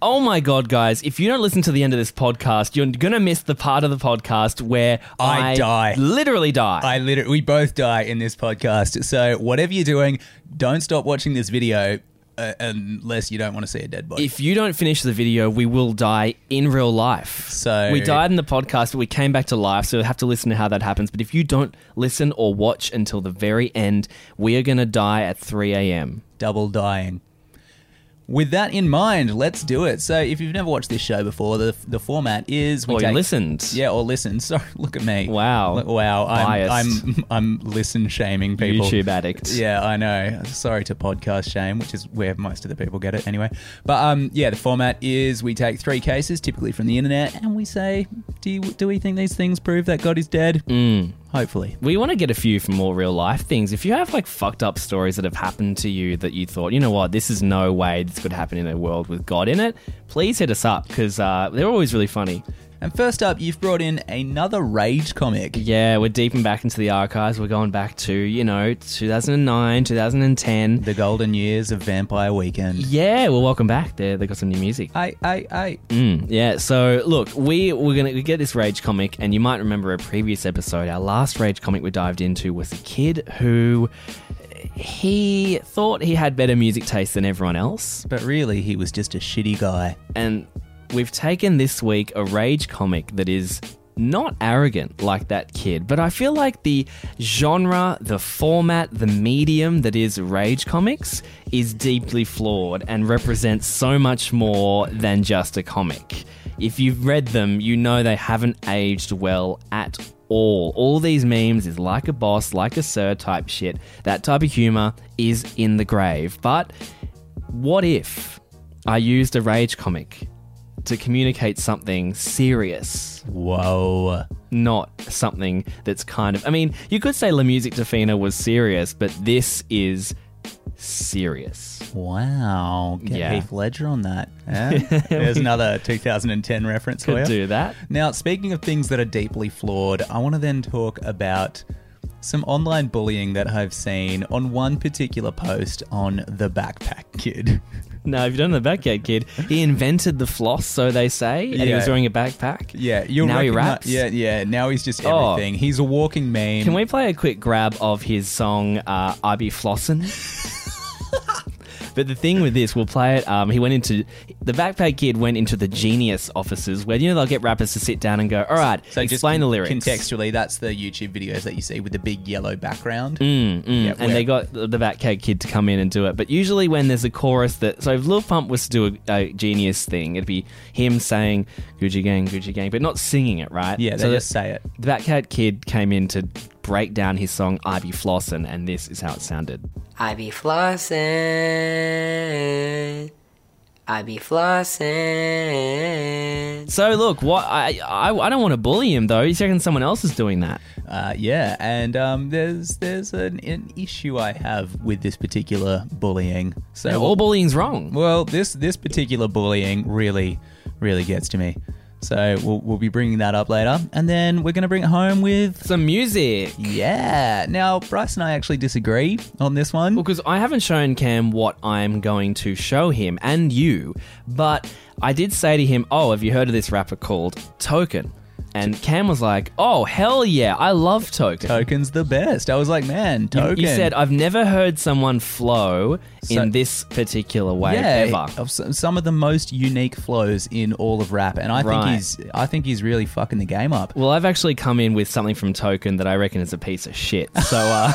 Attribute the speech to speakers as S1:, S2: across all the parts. S1: Oh my god, guys! If you don't listen to the end of this podcast, you're gonna miss the part of the podcast where
S2: I die.
S1: literally die.
S2: I literally, we both die in this podcast. So whatever you're doing, don't stop watching this video uh, unless you don't want to see a dead body.
S1: if you don't finish the video, we will die in real life.
S2: So-
S1: we died in the podcast, but we came back to life. So we have to listen to how that happens. But if you don't listen or watch until the very end, we are gonna die at 3 a.m.
S2: double dying. With that in mind, let's do it. So, if you've never watched this show before, the the format is we
S1: Or you
S2: take-
S1: listened.
S2: yeah, or listen. Sorry, look at me.
S1: Wow.
S2: L- wow. I'm,
S1: Biased.
S2: I'm I'm listen shaming people.
S1: YouTube addicts.
S2: Yeah, I know. Sorry to podcast shame, which is where most of the people get it anyway. But um, yeah, the format is we take three cases, typically from the internet, and we say, do you, do we think these things prove that God is dead?
S1: Mm.
S2: Hopefully.
S1: We want to get a few from more real life things. If you have like fucked up stories that have happened to you that you thought, you know what, this is no way this could happen in a world with God in it, please hit us up because uh, they're always really funny.
S2: And first up, you've brought in another rage comic.
S1: Yeah, we're deeping back into the archives. We're going back to, you know, 2009, 2010.
S2: The golden years of Vampire Weekend.
S1: Yeah, well, welcome back. There, they got some new music.
S2: I, I, I.
S1: Mm, yeah. So look, we we're gonna we get this rage comic, and you might remember a previous episode. Our last rage comic we dived into was a kid who he thought he had better music taste than everyone else,
S2: But really, he was just a shitty guy.
S1: and we've taken this week a rage comic that is. Not arrogant like that kid, but I feel like the genre, the format, the medium that is rage comics is deeply flawed and represents so much more than just a comic. If you've read them, you know they haven't aged well at all. All these memes is like a boss, like a sir type shit. That type of humor is in the grave. But what if I used a rage comic to communicate something serious,
S2: Whoa.
S1: not something that's kind of. I mean, you could say La Musique de Fina was serious, but this is serious.
S2: Oh, Wow. Get
S1: Yeah.
S2: Heath Ledger on that. eh? There's another 2010 reference for
S1: Could
S2: you.
S1: do that.
S2: Now, speaking of things that are deeply flawed, I want to then talk about some online bullying that I've seen on one particular post on the Backpack Kid.
S1: No, if you don't know the backyard kid, he invented the floss, so they say, and he
S2: Yeah.
S1: was wearing a backpack.
S2: Yeah, you'll
S1: Now he
S2: recogni-
S1: raps?
S2: Yeah, yeah. Now he's just
S1: Oh.
S2: everything. He's a walking meme.
S1: Can we play a quick grab of his song uh, "I Be Flossin"? but the thing with this, we'll play it. Um, he went into the backpack kid went into the genius offices where you know they'll get rappers to sit down and go, "All right,
S2: So just
S1: explain the lyrics."
S2: Contextually, that's the YouTube videos that you see with the big yellow background.
S1: Mm, mm.
S2: Yeah,
S1: and
S2: where-
S1: they got the the Batcat Kid to come in and do it. But usually, when there's a chorus that. So, if Lil Pump was to do a, a genius thing, it'd be him saying, Gucci Gang, Gucci Gang, but not singing it, right?
S2: Yeah, they
S1: so
S2: just say it.
S1: The Batcat Kid came in to break down his song, I Be Flossin', and this is how it sounded.
S3: I be flossing. I be flossing.
S1: So, look, what I, I, I don't want to bully him, though. You reckon someone else is doing that?
S2: Uh, yeah, and um, there's there's an, an issue I have with this particular bullying. So
S1: All bullying's wrong.
S2: well, this this particular bullying really really gets to me. So we'll, we'll be bringing that up later, and then we're gonna bring it home with
S1: Some music.
S2: yeah. Now Bryce and I actually disagree on this one.
S1: Well, because I haven't shown Cam what I'm going to show him and you, but I did say to him, Oh, have you heard of this rapper called Token? And Cam was like, Oh, hell yeah, I love Token.
S2: Token's the best. I was like, man, token.
S1: You said, I've never heard someone flow
S2: So-
S1: in this particular way
S2: yeah,
S1: ever.
S2: of s- some of the most unique flows in all of rap, and I
S1: Right.
S2: think he's I think he's really fucking the game up.
S1: Well, I've actually come in with something from Token that I reckon is a piece of shit. So, uh,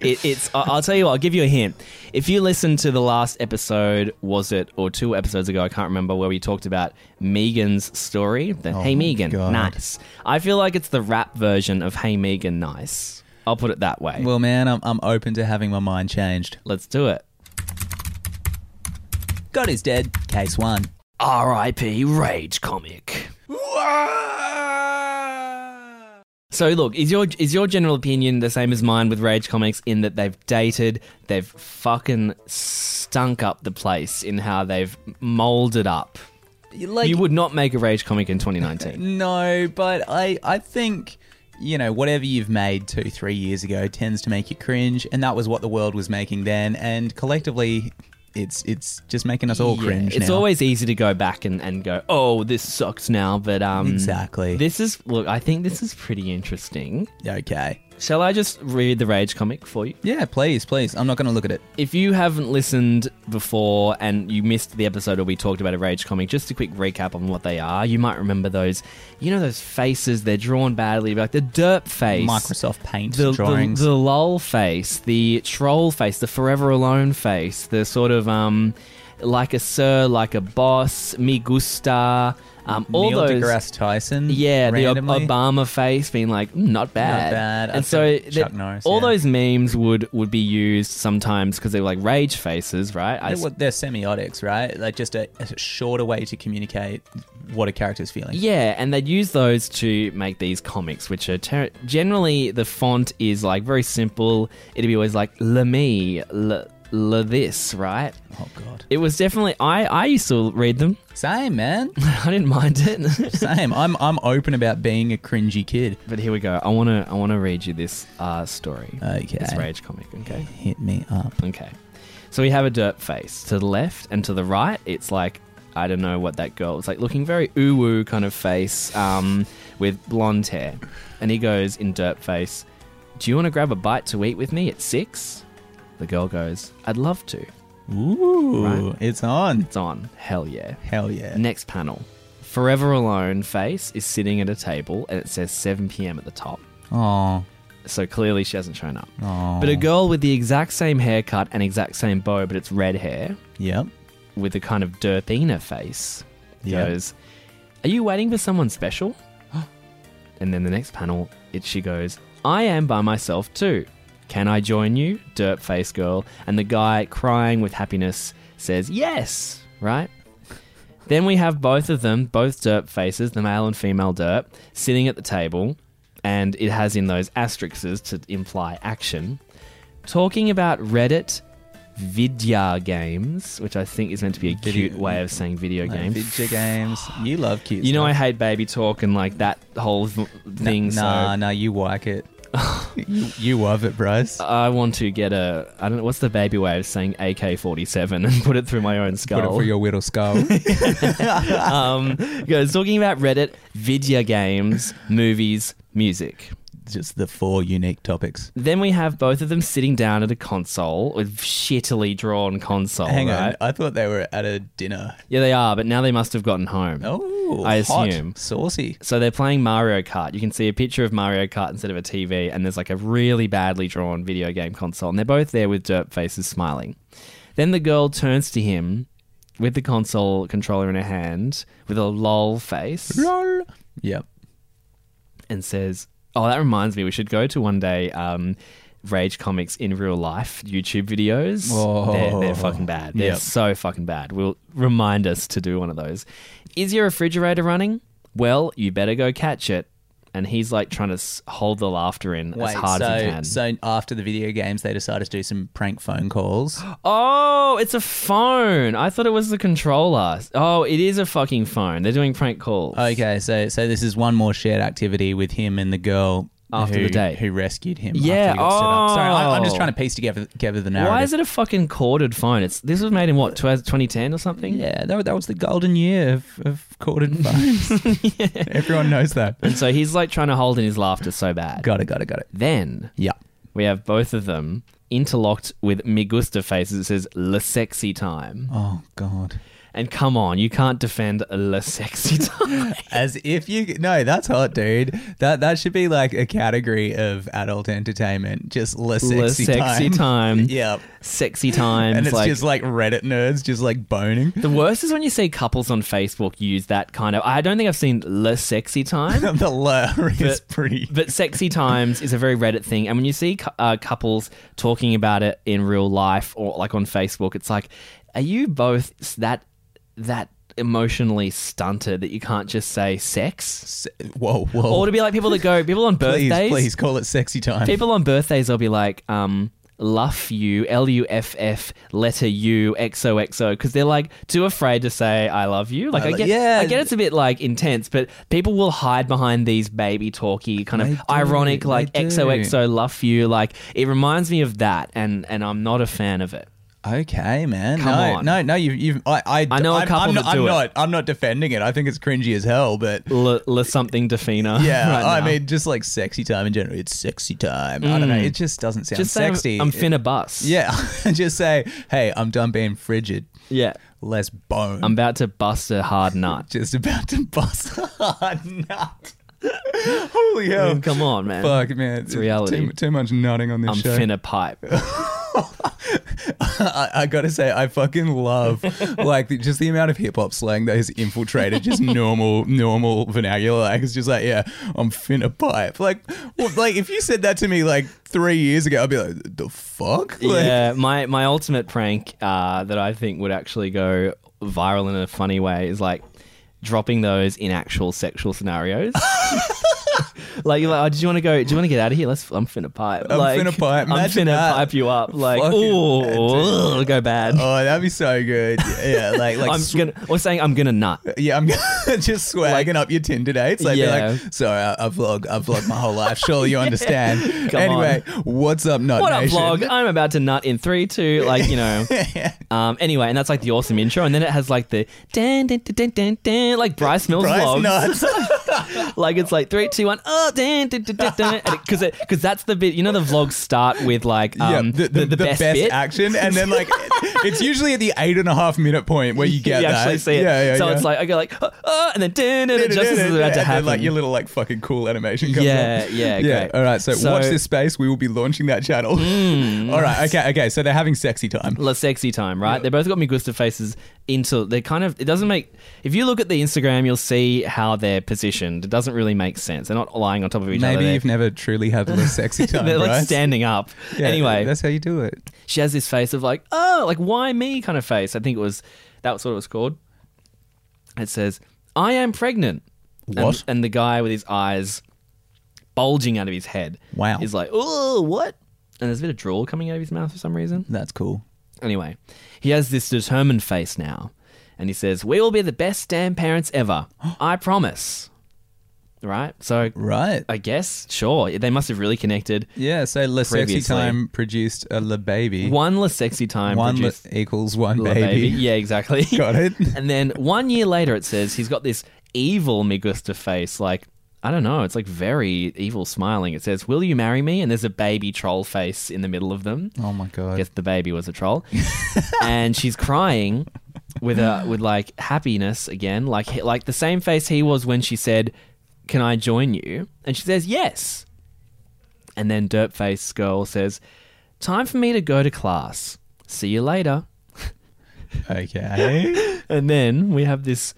S1: it, it's. I- I'll tell you what. I'll give you a hint. If you listen to the last episode, was it or two episodes ago? I can't remember where we talked about Megan's story. The Hey Megan,
S2: Oh God.
S1: nice. I feel like it's the rap version of Hey Megan, nice. I'll put it that way.
S2: Well, man, I'm, I'm open to having my mind changed.
S1: Let's do it.
S2: God is dead. Case one.
S1: R.I.P. Rage comic. So look, is your is your general opinion the same as mine with Rage Comics in that they've dated, they've fucking stunk up the place in how they've molded up.
S2: Like,
S1: you would not make a Rage comic in 2019.
S2: no, but I, I think, you know, whatever you've made two, three years ago tends to make you cringe, and that was what the world was making then, and collectively, it's it's just making us all
S1: Yeah,
S2: cringe.
S1: It's
S2: now.
S1: always easy to go back and, and go, oh, this sucks now, but um,
S2: Exactly.
S1: This is look. I think this is pretty interesting.
S2: okay.
S1: Shall I just read the rage comic for you?
S2: Yeah, please, please. I'm not going to look at it.
S1: If you haven't listened before and you missed the episode where we talked about a rage comic, just a quick recap on what they are. You might remember those, you know, those faces. They're drawn badly, like the derp face,
S2: Microsoft Paint
S1: the,
S2: drawings.
S1: the the lol face, the troll face, the forever alone face, the sort of um, like a sir, like a boss, me gusta, um, all
S2: Neil
S1: those.
S2: deGrasse Tyson.
S1: Yeah, the Ob-
S2: randomly.
S1: Obama face being like "Mm, not bad,
S2: bad.
S1: and
S2: I'd
S1: so
S2: say
S1: that-
S2: Chuck Norris,
S1: all
S2: yeah.
S1: those memes would would be used sometimes because they were like rage faces, right? I
S2: They're, what- they're semiotics, right? Like just a, a shorter way to communicate what a character's feeling.
S1: Yeah, and they'd use those to make these comics, which are ter- generally the font is like very simple. It'd be always like le me, le, le this, right?
S2: Oh god.
S1: It was definitely I. I used to read them.
S2: Same, man.
S1: I didn't mind it.
S2: Same. I'm I'm open about being a cringy kid.
S1: but here we go. I wanna I wanna read you this uh, story.
S2: Okay.
S1: This rage comic. Okay.
S2: Hit me up.
S1: Okay. So we have a dirt face. To the left and to the right, it's like, I don't know what that girl It's like, looking very oo woo kind of face um, with blonde hair. And he goes in dirt face, Do you want to grab a bite to eat with me at six? The girl goes, I'd love to.
S2: Ooh,
S1: Right.
S2: it's on.
S1: It's on. Hell yeah.
S2: Hell yeah.
S1: Next panel. Forever Alone face is sitting at a table and it says 7 p.m. at the top.
S2: Oh,
S1: So clearly she hasn't shown up.
S2: oh.
S1: But a girl with the exact same haircut and exact same bow, but it's red hair,
S2: Yep.
S1: with a kind of Dirthina face
S2: Yeah.
S1: goes, Are you waiting for someone special? and then the next panel, it she goes, I am by myself too. Can I join you? Dirt face girl. And the guy crying with happiness says, Yes, right? Then we have both of them, both derp faces, the male and female derp, sitting at the table, and it has in those asterisks to imply action, talking about Reddit Vidya games, which I think is meant to be a
S2: Video-
S1: cute way of saying video
S2: Like
S1: games.
S2: Video games. You love cute.
S1: You know, I
S2: stuff.
S1: hate baby talk and like that whole v- thing.
S2: Nah, nah. You like it.
S1: Uh,
S2: you, you love it, Bryce.
S1: So I want to get a. I don't know what's the baby way of saying AK forty seven and put it through my own skull.
S2: Put it for your little skull.
S1: um, goes talking about Reddit, video games, movies, music.
S2: Just the four unique topics.
S1: Then we have both of them sitting down at a console, a shittily drawn console.
S2: Hang
S1: right?
S2: on. I thought they were at a dinner.
S1: Yeah, they are, but now they must have gotten home.
S2: Oh,
S1: I
S2: hot,
S1: assume.
S2: saucy.
S1: So they're playing Mario Kart. You can see a picture of Mario Kart instead of a TV, and there's like a really badly drawn video game console, and they're both there with dirt faces smiling. Then the girl turns to him with the console controller in her hand, with a lol face,
S2: Lol. Yep.
S1: and says, "Oh, that reminds me, we should go to one day." Um, Rage comics in real life YouTube videos.
S2: Oh.
S1: They're, they're fucking bad. They're
S2: Yep.
S1: so fucking bad. Will remind us to do one of those. Is your refrigerator running? Well, you better go catch it. And he's like trying to s- hold the laughter in as hard
S2: so,
S1: as he can.
S2: so after the video games, they decided to do some prank phone calls.
S1: oh, it's a phone. I thought it was the controller. Oh, it is a fucking phone. They're doing prank calls.
S2: Okay, so so this is one more shared activity with him and the girl
S1: After
S2: who,
S1: the date.
S2: who rescued him.
S1: Yeah,
S2: after he got stood up. Sorry, I, I'm just
S1: oh.
S2: trying to piece together together the narrative.
S1: Why is it a fucking corded phone? It's this was made in what 12 2010 or something.
S2: Yeah, that, that was the golden year of, of corded phones. Everyone knows that.
S1: And so he's like trying to hold in his laughter so bad.
S2: Got it. Got it. Got it.
S1: Then
S2: Yeah.
S1: we have both of them interlocked with Migusta faces. It says "Le sexy time,"
S2: Oh God.
S1: and come on, you can't defend "Le sexy time."
S2: As if you no, that's hot, dude. That that should be like a category of adult entertainment. Just less
S1: Le
S2: sexy,
S1: sexy time.
S2: Yeah.
S1: sexy times.
S2: And it's
S1: like,
S2: just like Reddit nerds just like boning.
S1: the worst is when you see couples on Facebook use that kind of. I don't think I've seen "Le sexy time."
S2: the lure is pretty.
S1: But sexy times is a very Reddit thing, and when you see cou- uh, couples talking about it in real life or like on Facebook, it's like, are you both s- that that emotionally stunted that you can't just say sex?
S2: Se- whoa, whoa.
S1: Or to be like people that go people on
S2: Oh. please,
S1: birthdays,
S2: please call it sexy time.
S1: people on birthdays, they'll be like, um. Luff you, L U F F, letter U, XOXO, because they're like too afraid to say I love you. Like
S2: I
S1: I,
S2: lo-
S1: get,
S2: yeah.
S1: I get it's a bit like intense, but people will hide behind these baby talky kind of
S2: They do,
S1: ironic,
S2: they
S1: like
S2: do.
S1: XOXO, luff you. Like it reminds me of that, and and I'm not a fan of it.
S2: Okay, man.
S1: Come
S2: no,
S1: on.
S2: no, no. You've, you've I, I,
S1: I know a
S2: I'm-
S1: couple
S2: I'm,
S1: that
S2: not,
S1: do
S2: I'm
S1: it.
S2: not, I'm not defending it. I think it's cringy as hell, but
S1: L- l- something Defina.
S2: yeah,
S1: right
S2: I
S1: now. Mm.
S2: mean, just like sexy time in general. It's sexy time. I don't know. It just doesn't sound
S1: just say I'm-
S2: sexy.
S1: I'm finna bus.
S2: Yeah, just say, hey, I'm done being frigid.
S1: yeah.
S2: Less bone.
S1: I'm about to bust a hard nut.
S2: just about to bust a hard nut. Holy hell!
S1: Come on, man.
S2: Oh. Fuck, man. It's
S1: reality.
S2: Too, too much nutting on this
S1: I'm
S2: show.
S1: finna pipe.
S2: I, I gotta say, I fucking love like the, just the amount of hip hop slang that has infiltrated just normal, normal vernacular. Like it's just like, yeah, I'm finna pipe. Like, well, like if you said that to me like three years ago, I'd be like, the fuck. Like,
S1: yeah, my, my ultimate prank uh, that I think would actually go viral in a funny way is like dropping those in actual sexual scenarios. like, you're like, oh, did you want to go? Do you want to get out of here? Let's. I'm finna pipe.
S2: I'm
S1: like,
S2: finna pipe.
S1: I'm
S2: Imagine
S1: finna
S2: that.
S1: pipe you up. Like,
S2: Fucking-
S1: ooh, go bad.
S2: Oh, that'd be so good. Yeah, like like
S1: I'm
S2: sw-
S1: gonna. Or saying I'm gonna nut.
S2: Yeah, I'm just swagging up your Tinder dates. Like, yeah.
S1: Yeah.
S2: like sorry, I, I vlog, I vlog my whole life. Surely you understand.
S1: Come
S2: anyway, what's up, Nut
S1: What up,
S2: Nation?
S1: vlog? I'm about to nut in three, two. Like, you know. Um, anyway, and that's like the awesome intro, and then it has like the dan dan dan dan dan, like Bryce Mills
S2: Bryce
S1: vlogs.
S2: Nuts.
S1: Like it's like three, two, one, oh dan dan dan dan, because because that's the bit. You know, the vlogs start with like
S2: Yeah,
S1: um, the, the, best, bit.
S2: action, and then like it- it's usually at the eight and a half minute point where you get
S1: you
S2: that.
S1: actually see it.
S2: Yeah, yeah,
S1: so
S2: yeah.
S1: it's like I go like oh, oh, and then dan dan,
S2: Da-
S1: dan,
S2: da-
S1: just as
S2: da-
S1: it's
S2: da-
S1: about to
S2: and then,
S1: happen.
S2: like your little like fucking cool animation comes
S1: Yeah,
S2: up.
S1: yeah,
S2: yeah.
S1: great.
S2: All right, so,
S1: So- Mm.
S2: watch this space. We will be launching that channel. All right, okay, okay. So they're having sexy time.
S1: La sexy time, right? They both got me Gusta faces into. They kind of. It doesn't make. If you look at the Instagram, you'll see how they're positioned. It doesn't really make sense. They're not lying on top of each other.
S2: Maybe
S1: They're-
S2: you've never truly had the sexy time.
S1: They're like
S2: Bryce.
S1: standing up.
S2: Yeah,
S1: anyway,
S2: that's how you do it.
S1: she has this face of like, oh, like why me kind of face. I think it was that was what it was called. It says, "I am pregnant." And-
S2: What?
S1: And, the guy with his eyes bulging out of his head.
S2: Wow.
S1: Is like, oh, what? And there's a bit of drool coming out of his mouth for some reason.
S2: That's cool.
S1: Anyway, he has this determined face now, and he says, "We will be the best damn parents ever. I promise." Right. So
S2: Right.
S1: I guess sure they must have really connected.
S2: yeah, so La Sexy
S1: Previously.
S2: Time produced a La Baby.
S1: One less sexy time.
S2: One
S1: produced-
S2: la- equals one
S1: Little
S2: baby.
S1: Yeah, exactly.
S2: Got it.
S1: and then one year later, it says he's got this evil Migusta face, like. I don't know. It's like very evil smiling. It says, Will you marry me? And there's a baby troll face in the middle of them.
S2: Oh my God.
S1: guess the baby was a troll. and she's crying with a with like happiness again, like he- like the same face he was when she said, "Can I join you?" And she says, "Yes." And then Dirtface girl says, "Time for me to go to class. See you later."
S2: Okay.
S1: And then we have this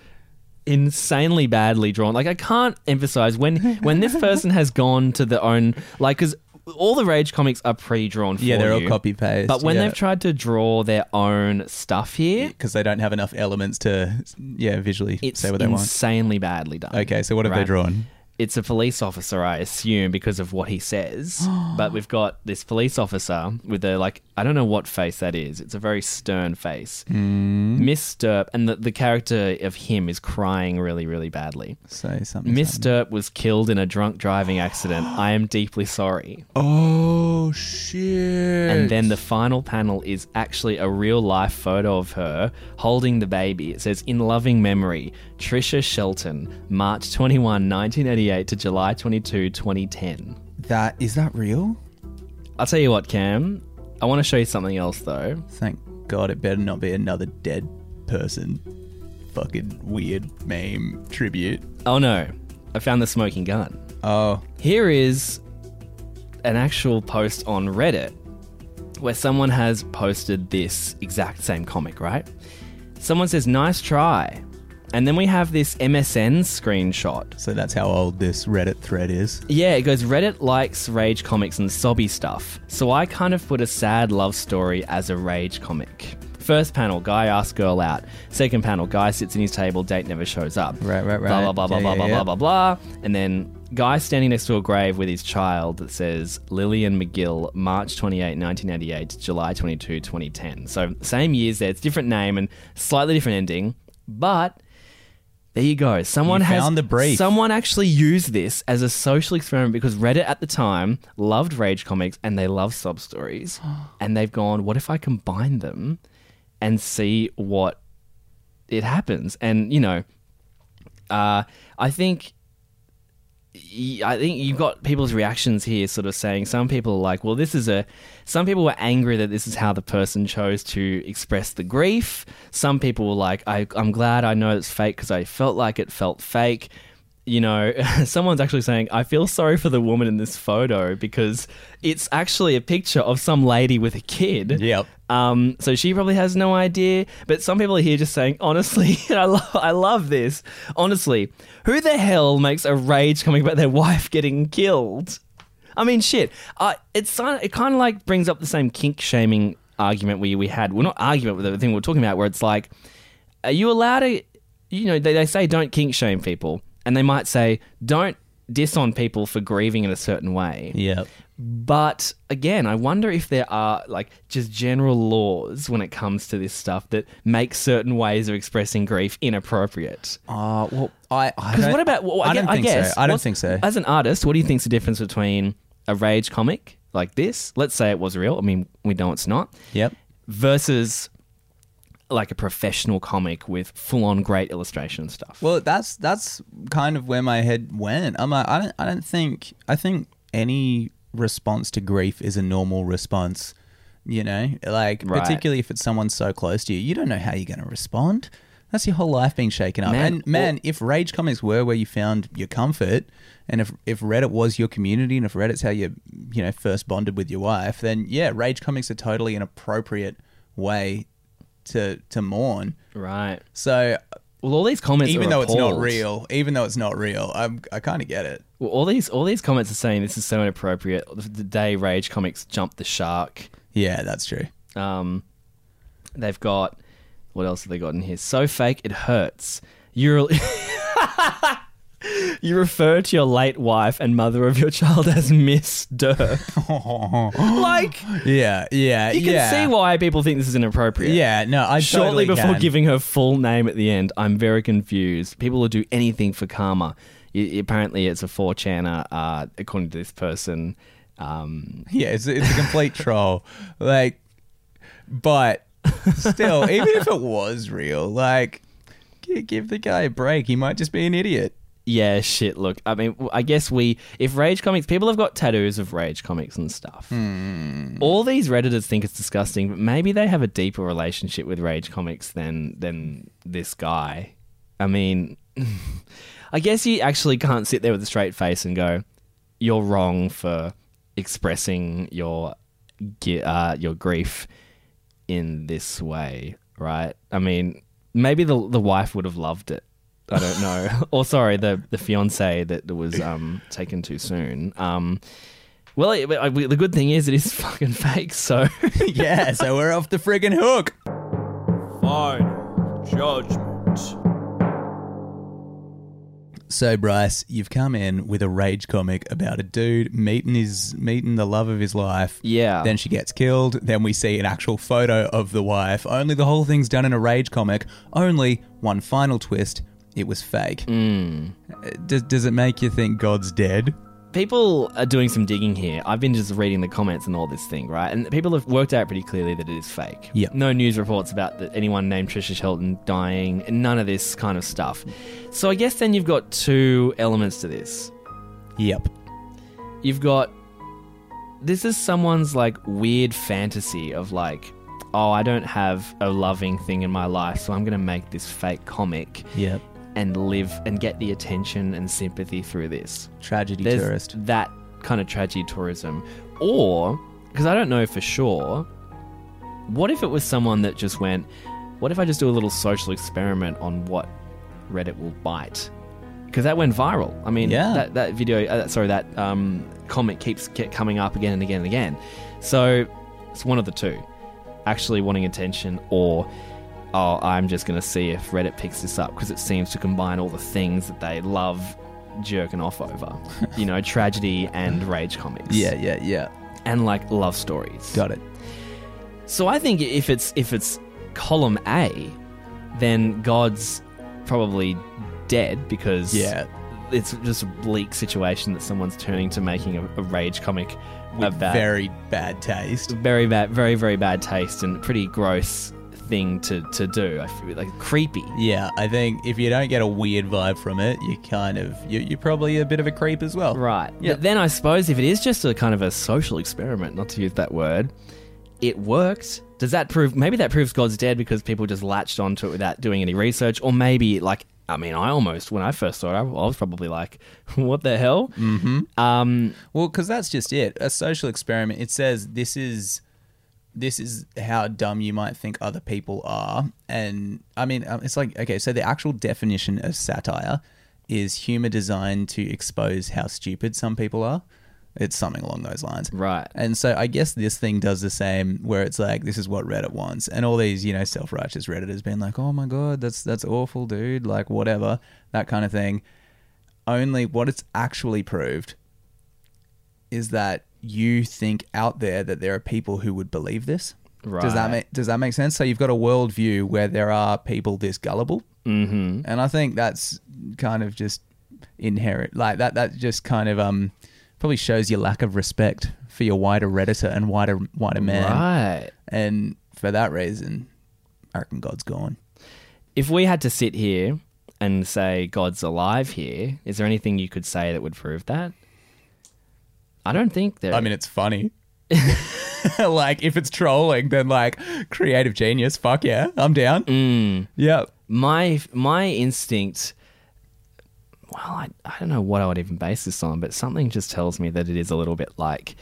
S1: insanely badly drawn. Like I can't emphasize when when this person has gone to their own like because all the rage comics are pre-drawn. For
S2: yeah, they're all
S1: you.
S2: copy paste.
S1: But when
S2: yeah.
S1: they've tried to draw their own stuff here,
S2: because they don't have enough elements to, yeah, visually
S1: it's
S2: say what they want.
S1: insanely badly done.
S2: Okay, so what have they
S1: Right.
S2: drawn?
S1: It's a police officer, I assume, because of what he says. but we've got this police officer with a, like, I don't know what face that is. It's a very stern face. Miss Derp, and the, the character of him is crying really, really badly.
S2: Say something.
S1: Miss Derp was killed in a drunk driving accident. I am deeply sorry.
S2: Oh shit!
S1: And then the final panel is actually a real life photo of her holding the baby. It says, In loving memory, Trisha Shelton, March 21, 1988 to July 22, 2010.
S2: that is that real?
S1: I'll tell you what, Cam. I want to show you something else, though.
S2: Thank God, it better not be another dead person. Fucking weird meme tribute.
S1: Oh no, I found the smoking gun.
S2: Oh,
S1: Here is an actual post on Reddit where someone has posted this exact same comic, right? Someone says, nice try. And then we have this MSN screenshot.
S2: so that's how old this Reddit thread is.
S1: Yeah, it goes, Reddit likes rage comics and sobby stuff. So I kind of put a sad love story as a rage comic. First panel, guy asks girl out. Second panel, guy sits in his table, date never shows up.
S2: Right, right, right.
S1: Blah, blah, blah,
S2: Yeah,
S1: blah,
S2: yeah,
S1: blah,
S2: yeah.
S1: blah, blah, blah, And then guy standing next to a grave with his child that says Lillian McGill, March 28, 1988 to July 22, 2010. So same years there. It's different name and slightly different ending. But There you go. Someone
S2: You
S1: has
S2: found the brief.
S1: Someone actually used this as a social experiment because Reddit at the time loved rage comics and they love sub stories, and they've gone, "What if I combine them and see what it happens?" And you know, uh, I think y- I think you've got people's reactions here sort of saying some people are like, well, this is a. Some people were angry that this is how the person chose to express the grief. Some people were like, I, I'm glad I know it's fake because I felt like it felt fake. You know, someone's actually saying, I feel sorry for the woman in this photo because it's actually a picture of some lady with a kid.
S2: Yep.
S1: Um, so she probably has no idea. But some people are here just saying, honestly, and I love, I love this. Honestly, who the hell makes a rage comic about their wife getting killed? I mean, shit. Uh, it's si- it kind of like brings up the same kink shaming argument we we had. Well, not argument, but the thing we we're talking about, where it's like, are you allowed to? You know, they, they say don't kink shame people, and they might say don't diss on people for grieving in a certain way.
S2: Yeah.
S1: But again, I wonder if there are like just general laws when it comes to this stuff that make certain ways of expressing grief inappropriate.
S2: Uh, well, I
S1: Because what about? Well, I,
S2: I don't
S1: gue- I
S2: think
S1: guess,
S2: so. I don't
S1: what's-
S2: think so.
S1: As an artist, what do you think's the difference between a rage comic like this? Let's say it was real. I mean, we know it's not.
S2: Yep.
S1: Versus like a professional comic with full-on great illustration and stuff.
S2: Well, that's that's kind of where my head went. I'm like, I don't, I don't think, I think any response to grief is a normal response. You know, like
S1: Right.
S2: particularly if it's someone so close to you, you don't know how you're going to respond. That's your whole life being shaken up.
S1: Man,
S2: and man, if rage comics were where you found your comfort, and if if Reddit was your community, and if Reddit's how you you know first bonded with your wife, then yeah, rage comics are totally an appropriate way to to mourn.
S1: right.
S2: So
S1: Well, all these comments,
S2: even
S1: are
S2: though it's not
S1: appalled.
S2: real, even though it's not real, I'm, I kind of get it.
S1: Well, all these all these comments are saying this is so inappropriate. The day Rage Comics jumped the shark.
S2: Yeah, that's true.
S1: Um, they've got what else have they got in here? So fake it hurts. You you refer to your late wife and mother of your child as Miss Durr. like
S2: yeah, yeah,
S1: you can
S2: yeah.
S1: see why people think this is inappropriate.
S2: Yeah, no, I
S1: Shortly
S2: totally
S1: before
S2: can.
S1: giving her full name at the end, I'm very confused. People will do anything for karma. I- apparently, it's a 4chaner, uh, according to this person. Um,
S2: Yeah, it's, it's a complete troll. Like, but still, even if it was real, like, gi- give the guy a break. He might just be an idiot.
S1: yeah, shit. Look, I mean, w- I guess we, if Rage Comics, people have got tattoos of Rage Comics and stuff. All these redditors think it's disgusting, but maybe they have a deeper relationship with Rage Comics than than this guy. I mean, I guess you actually can't sit there with a straight face and go, "You're wrong for expressing your gi- uh, your grief in this way," right? I mean, maybe the the wife would have loved it. I don't know. or sorry, the the fiance that was um, taken too soon. Um, well, it, I, we- the good thing is it is fucking fake. So
S2: yeah, so we're off the friggin' hook.
S4: Final judgment.
S2: So Bryce, you've come in with a rage comic about a dude meeting his meeting the love of his life.
S1: yeah,
S2: Then she gets killed. Then we see an actual photo of the wife. Only the whole thing's done in a rage comic. Only one final twist. It was fake.
S1: Mm.
S2: Uh, Does, does it make you think God's dead?
S1: people are doing some digging here. I've been just reading the comments and all this thing, right? And people have worked out pretty clearly that it is fake.
S2: Yeah.
S1: No news reports about that anyone named Trisha Shelton dying, and none of this kind of stuff. So I guess then you've got two elements to this.
S2: Yep.
S1: you've got this is someone's like weird fantasy of like oh i don't have a loving thing in my life so i'm going to make this fake comic
S2: Yep.
S1: and live and get the attention and sympathy through this
S2: Tragedy
S1: there's
S2: tourist.
S1: that kind of tragedy tourism or because i don't know for sure what if it was someone that just went what if i just do a little social experiment on what reddit will bite because that went viral i mean
S2: Yeah.
S1: that, that video uh, sorry that um, comment keeps ke- coming up again and again and again so it's one of the two actually wanting attention or oh i'm just going to see if reddit picks this up because it seems to combine all the things that they love jerking off over you know tragedy and rage comics
S2: Yeah, yeah, yeah.
S1: and like love stories
S2: Got it.
S1: so I think if it's if it's column A, then God's probably dead because
S2: Yeah.
S1: it's just a bleak situation that someone's turning to making a, a rage comic about
S2: Very bad taste.
S1: very bad, very very bad taste and pretty gross thing to to do. I feel like creepy.
S2: Yeah, I think if you don't get a weird vibe from it, you kind of you, you're probably a bit of a creep as well.
S1: Right.
S2: Yeah.
S1: But then I suppose if it is just a kind of a social experiment, not to use that word, it worked. Does that prove maybe that proves God's dead because people just latched onto it without doing any research? Or maybe like I mean, I almost when I first saw it, I, I was probably like, "What the hell?" Mm-hmm. Um,
S2: Well, because that's just it. A social experiment. It says this is this is how dumb you might think other people are, and I mean, um, it's like okay. So the actual definition of satire is humor designed to expose how stupid some people are. It's something along those lines,
S1: Right.
S2: And so I guess this thing does the same, where it's like this is what Reddit wants, and all these you know self-righteous Redditors being like, "Oh my god, that's that's awful, dude," like whatever, that kind of thing. Only what it's actually proved is that you think out there that there are people who would believe this. Does that
S1: Right.
S2: make Does that make sense? So you've got a worldview where there are people this gullible, mm-hmm. and I think that's kind of just inherent. Like that. That just kind of um probably shows your lack of respect for your wider redditor and wider wider man.
S1: right.
S2: And for that reason, I reckon God's gone.
S1: If we had to sit here and say God's alive here, is there anything you could say that would prove that? I don't think there.
S2: I mean, it's funny. like if it's trolling, then like creative genius. Fuck yeah, I'm down.
S1: Mm.
S2: Yeah.
S1: my my instinct well I, I don't know what i would even base this on but something just tells me that it is a little bit like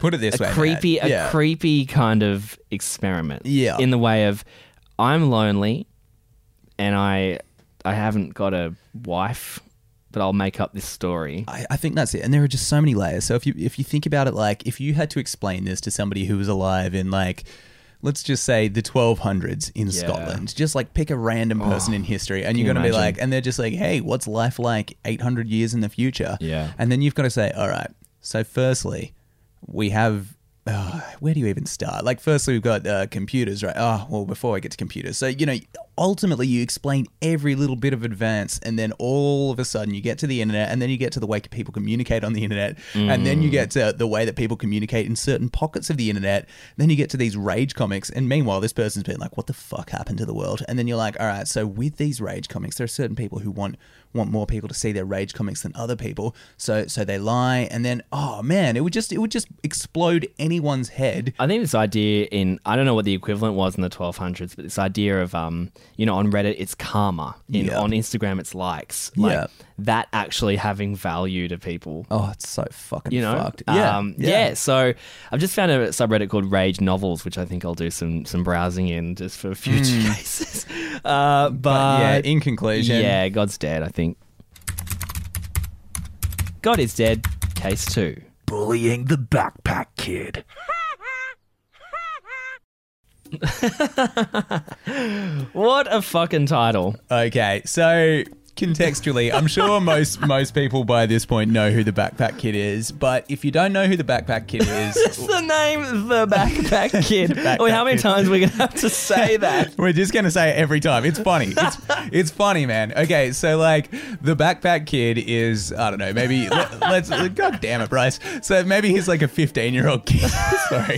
S2: Put it this
S1: a
S2: way,
S1: creepy
S2: Matt.
S1: a
S2: yeah.
S1: creepy kind of experiment
S2: Yeah.
S1: in the way of i'm lonely and i i haven't got a wife but i'll make up this story
S2: I, I think that's it. And there are just so many layers. So if you if you think about it, like if you had to explain this to somebody who was alive in like, let's just say the 1200s in Scotland, just like pick a random person in history, and you're
S1: Oh, you
S2: going to be
S1: imagine?
S2: like, and they're just like, hey, what's life like 800 years in the future?
S1: Yeah.
S2: And then you've got to say, all right. So firstly, we have. Uh, where do you even start? Like, firstly, we've got uh, computers, right? Oh, well, before I get to computers. So, you know, ultimately, you explain every little bit of advance, and then all of a sudden, you get to the internet, and then you get to the way people communicate on the internet, and then you get to the way that people communicate in certain pockets of the internet. Then you get to these rage comics, and meanwhile, this person's been like, "What the fuck happened to the world?" And then you're like, "All right, so with these rage comics, there are certain people who want want more people to see their rage comics than other people, so so they lie, and then oh man, it would just it would just explode anyone's head.
S1: I think this idea in I don't know what the equivalent was in the 1200s, but this idea of um, you know, on Reddit it's karma, in,
S2: Yeah.
S1: on Instagram it's likes, like
S2: Yeah.
S1: that actually having value to people.
S2: Oh, it's so fucking
S1: You know,
S2: fucked.
S1: Um, So I've just found a subreddit called Rage Novels, which I think I'll do some some browsing in just for future cases. Uh, but,
S2: Hmm. But yeah, in conclusion,
S1: yeah, God's dead. I think God is dead. Case two.
S4: bullying the backpack kid.
S1: What a fucking title!
S2: Okay, so contextually, I'm sure most most people by this point know who the Backpack Kid is, but if you don't know who the Backpack Kid is,
S1: It's the name The Backpack Kid. I mean, how many
S2: Kid.
S1: times are we going to have to say that?
S2: we're just gonna say it every time. It's funny. It's, it's funny, man. Okay, so like the Backpack Kid is I don't know, maybe let, let's God damn it, Bryce. So maybe he's like a 15 year old kid. Sorry,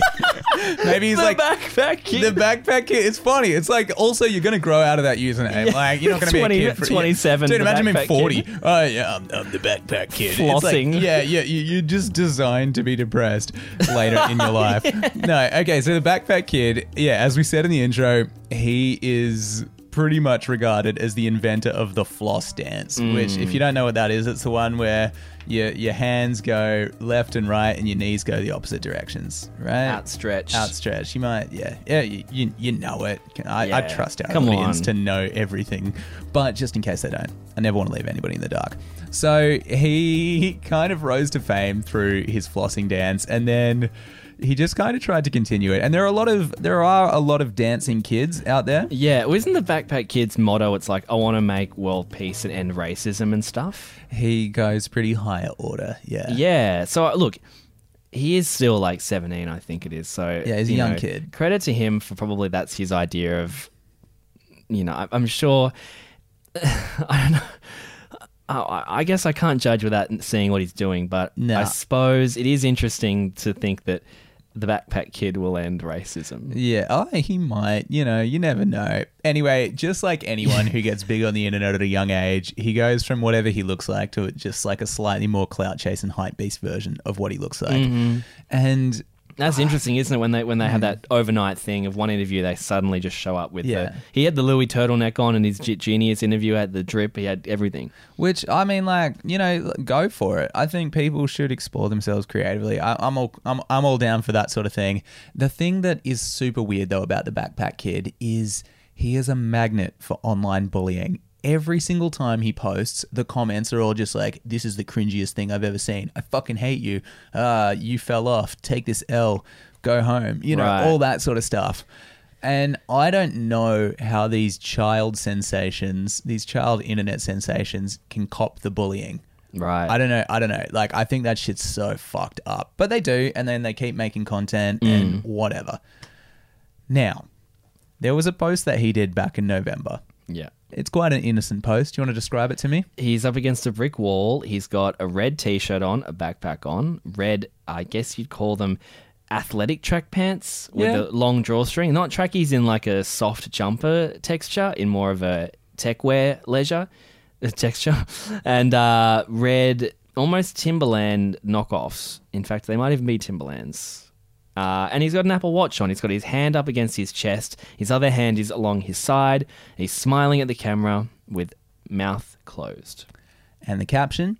S2: maybe he's
S1: the
S2: like.
S1: Backpack
S2: the
S1: Kid.
S2: backpack kid, it's funny. It's like also you're gonna grow out of that username. Like you're not gonna be
S1: 20
S2: a kid for
S1: 27,
S2: Dude,
S1: the
S2: imagine being
S1: backpack
S2: forty.
S1: kid.
S2: Oh yeah, I'm, I'm the backpack kid. It's
S1: Flossing.
S2: Like, yeah, yeah. You, you're just designed to be depressed later in your life. No, okay. So the backpack kid, yeah, as we said in the intro, he is pretty much regarded as the inventor of the floss dance.
S1: Mm.
S2: Which, if you don't know what that is, it's the one where your your hands go left and right, and your knees go the opposite directions. Right?
S1: Outstretched.
S2: Outstretched. You might, yeah, yeah. You you, you know it. I, I
S1: Yeah.
S2: trust our
S1: Come
S2: audience
S1: on.
S2: to know everything, but just in case they don't, I never want to leave anybody in the dark. So he kind of rose to fame through his flossing dance, and then he just kind of tried to continue it. And there are a lot of there are a lot of dancing kids out there.
S1: Yeah, well, isn't the Backpack Kid's motto? It's like I want to make world peace and end racism and stuff.
S2: He goes pretty higher order. Yeah.
S1: Yeah. So uh, look, he is still like seventeen, I think it is. So
S2: Yeah, he's a
S1: you
S2: young
S1: know,
S2: kid.
S1: Credit to him for probably that's his idea of, you know, I- I'm sure I don't know. I- I I guess I can't judge without seeing what he's doing, but
S2: Nah.
S1: I suppose it is interesting to think that the backpack kid will end racism.
S2: Yeah, oh, he might. You know, you never know. Anyway, just like anyone who gets big on the internet at a young age, he goes from whatever he looks like to just like a slightly more clout chase and hype beast version of what he looks like. And
S1: That's interesting, isn't it? When they when they have that overnight thing of one interview, they suddenly just show up with.
S2: Mm. Yeah.
S1: The, he had the Louis turtleneck on, and his G- genius interview had the drip. He had everything.
S2: Which I mean, like you know, go for it. I think people should explore themselves creatively. I, I'm all I'm, I'm all down for that sort of thing. The thing that is super weird though about the backpack kid is he is a magnet for online bullying. Every single time he posts, the comments are all just like, "This is the cringiest thing I've ever seen. I fucking hate you. Uh, you fell off. Take this L. Go home." You know,
S1: Right.
S2: all that sort of stuff. And I don't know how these child sensations, these child internet sensations, can cop the bullying.
S1: Right.
S2: I don't know. I don't know. Like, I think that shit's so fucked up. But they do, and then they keep making content
S1: Mm.
S2: and whatever. Now, there was a post that he did back in November.
S1: yeah.
S2: It's quite an innocent post. Do you want to describe it to me?
S1: He's up against a brick wall. He's got a red t-shirt on, a backpack on, red. I guess you'd call them athletic track pants with
S2: Yeah.
S1: a long drawstring. Not trackies in like a soft jumper texture, in more of a tech wear leisure texture, and uh, red almost Timberland knockoffs. In fact, they might even be Timberlands. Uh, and he's got an Apple Watch on. He's got his hand up against his chest. His other hand is along his side. He's smiling at the camera with mouth closed.
S2: And the caption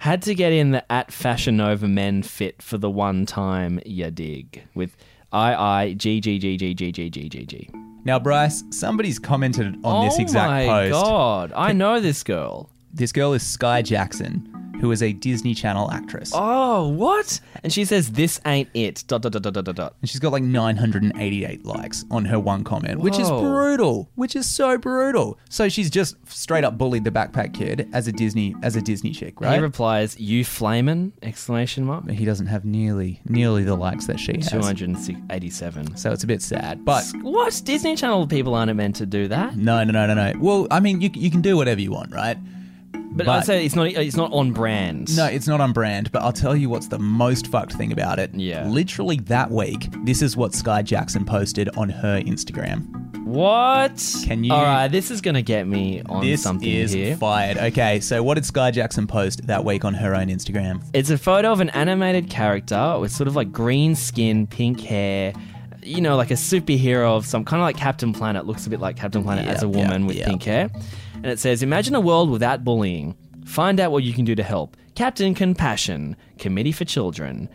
S1: Had to get in the at Fashion Nova men fit for the one time ya dig with I I G G G G G G G G G.
S2: Now, Bryce, somebody's commented on
S1: Oh
S2: this exact
S1: my
S2: post.
S1: god! I know this girl.
S2: This girl is Sky Jackson, who is a Disney Channel actress.
S1: Oh what? And she says this ain't it. Dot dot dot dot dot dot. dot.
S2: And she's got like 988 likes on her one comment, which is
S1: Whoa.
S2: brutal. Which is so brutal. So she's just straight up bullied the backpack kid as a Disney as a Disney chick,
S1: He
S2: right?
S1: replies, "You flamin'!" Exclamation mark.
S2: But he doesn't have nearly nearly the likes that she
S1: Two
S2: has.
S1: hundred eighty-seven.
S2: So it's a bit sad, but
S1: What Disney Channel people aren't meant to do that?
S2: no, no, no, no, no. Well, I mean, you you can do whatever you want, right?
S1: But,
S2: But-
S1: I'd say it's not. It's not on brand.
S2: No, it's not on brand, but I'll tell you what's the most fucked thing about it.
S1: Yeah.
S2: Literally that week, this is what Sky Jackson posted on her Instagram.
S1: What?
S2: Can you-
S1: All right, this is gonna get me on
S2: this
S1: something
S2: is
S1: here.
S2: fired. Okay, so what did Sky Jackson post that week on her own Instagram?
S1: It's a photo of an animated character with sort of like green skin, pink hair, you know, like a superhero of some kind of like Captain Planet. Looks a bit like Captain Planet as
S2: Yeah,
S1: a woman
S2: yeah,
S1: with
S2: yeah.
S1: pink hair. And it says, Imagine a world without bullying. Find out what you can do to help. Captain Compassion, Committee for Children,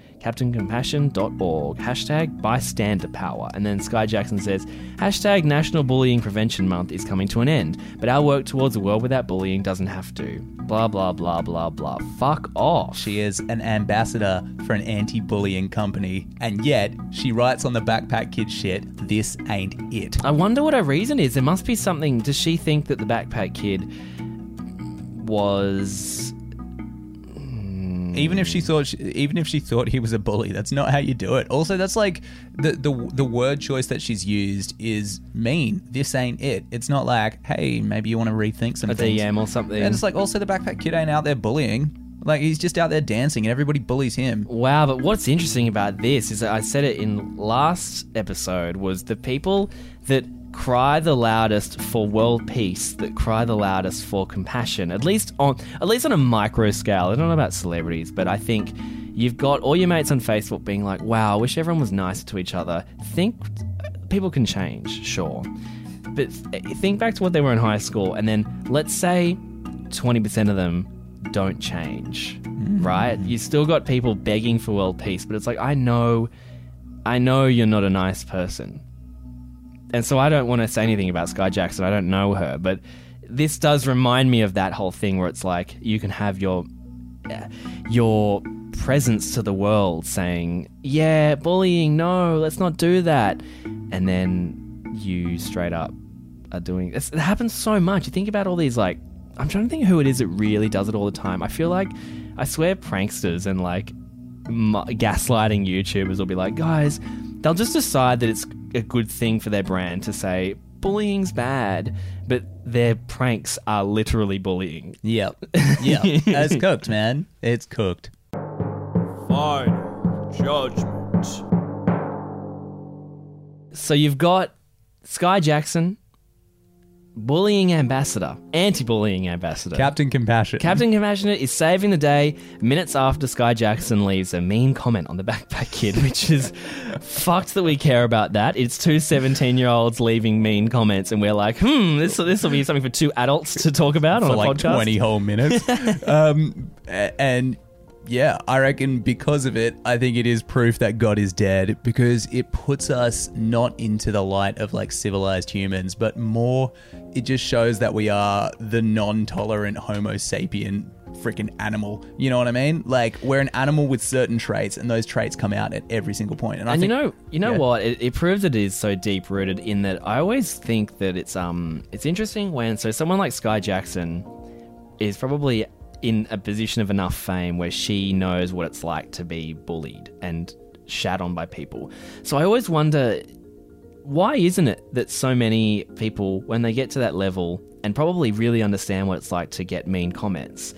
S1: CaptainCompassion.org, hashtag bystander power. And then Sky Jackson says, hashtag National Bullying Prevention Month is coming to an end, but our work towards a world without bullying doesn't have to. Blah, blah, blah, blah, blah. Fuck off.
S2: She is an ambassador for an anti bullying company, and yet she writes on the backpack kid shit, this ain't it.
S1: I wonder what her reason is. There must be something. Does she think that the backpack kid was? Hmm.
S2: Even if she thought she, even if she thought he was a bully, that's not how you do it. Also, that's like the, the the word choice that she's used is mean. This ain't it. It's not like, hey, maybe you want to rethink some
S1: A
S2: things.
S1: DM E or something.
S2: And it's like also the backpack kid ain't out there bullying. Like he's just out there dancing and everybody bullies him.
S1: wow, but what's interesting about this is that I said it in last episode was the people that cry the loudest for world peace, that cry the loudest for compassion. At least on at least on a micro scale. I don't know about celebrities, but I think you've got all your mates on Facebook being like, "Wow, I wish everyone was nicer to each other." Think people can change, sure. But th- think back to what they were in high school, and then let's say 20% of them don't change, right? You still got people begging for world peace, but it's like, I know, I know you're not a nice person. And so I don't want to say anything about Sky Jackson. I don't know her, but this does remind me of that whole thing where it's like you can have your your presence to the world saying, yeah, bullying, no, let's not do that. And then you straight up are doing it's, it happens so much. You think about all these like I'm trying to think who it is that really does it all the time. I feel like I swear pranksters and like m- gaslighting YouTubers will be like, guys, they'll just decide that it's a good thing for their brand to say bullying's bad, but their pranks are literally bullying.
S2: Yep. Yep. it's cooked, man. It's cooked.
S5: Final judgment.
S1: So you've got Sky Jackson, bullying ambassador, anti-bullying ambassador.
S2: Captain Compassion.
S1: Captain Compassionate is saving the day minutes after Sky Jackson leaves a mean comment on the backpack kid, which is fucked that we care about that. It's two 17 year olds leaving mean comments, and we're like, hmm, this this will be something for two adults to talk about
S2: for
S1: on a
S2: like
S1: podcast.
S2: 20 whole minutes. um, a- and yeah, I reckon because of it, I think it is proof that God is dead because it puts us not into the light of like civilized humans, but more it just shows that we are the non tolerant Homo sapien freaking animal. You know what I mean? Like we're an animal with certain traits, and those traits come out at every single point. And, I
S1: And
S2: think
S1: you know, you know
S2: yeah.
S1: what? It, it proves that it is so deep rooted. In that, I always think that it's um, it's interesting when so someone like Sky Jackson is probably in a position of enough fame where she knows what it's like to be bullied and shat on by people. So I always wonder why isn't it that so many people, when they get to that level and probably really understand what it's like to get mean comments,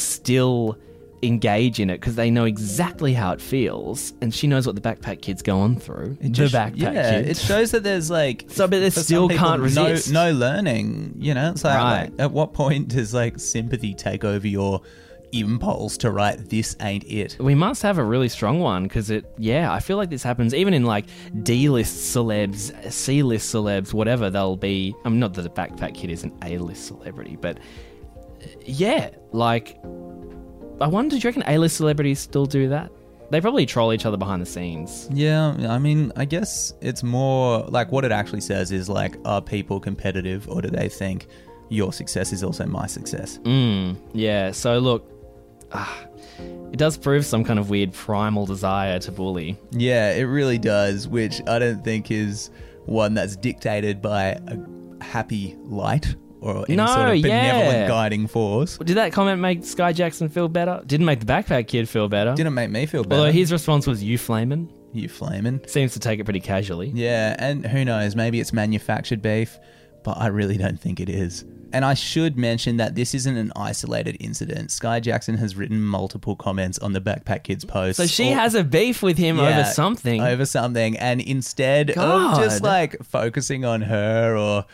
S1: still engage in it because they know exactly how it feels and she knows what the backpack kid's going through.
S2: it
S1: the
S2: just-
S1: backpack
S2: yeah,
S1: kid.
S2: it shows that there's like
S1: So, but they
S2: for some
S1: still
S2: people,
S1: can't resist.
S2: No, no learning. You know, it's like,
S1: Right.
S2: like, at what point does like sympathy take over your impulse to write this ain't it?
S1: we must have a really strong one because it yeah i feel like this happens even in like d-list celebs c-list celebs whatever they'll be i'm not that the backpack kid is an a-list celebrity but uh, yeah like i wonder do you reckon a-list celebrities still do that they probably troll each other behind the scenes
S2: Yeah, I mean, I guess it's more like what it actually says is like, are people competitive or do they think your success is also my success?
S1: Mm, yeah. So look, ah, it does prove some kind of weird primal desire to bully.
S2: Yeah, it really does, which I don't think is one that's dictated by a happy light or any
S1: No,
S2: sort of benevolent
S1: yeah.
S2: guiding force.
S1: Did that comment make Sky Jackson feel better? Didn't make the backpack kid feel better.
S2: Didn't make me feel better.
S1: Although his response was "you flamin',"
S2: you flaming.
S1: seems to take it pretty casually.
S2: Yeah, and who knows? Maybe it's manufactured beef, but I really don't think it is. And I should mention that this isn't an isolated incident. Sky Jackson has written multiple comments on the Backpack Kids post.
S1: So she has a beef with him over something.
S2: Over something. And instead of just
S1: God.
S2: like focusing on her or,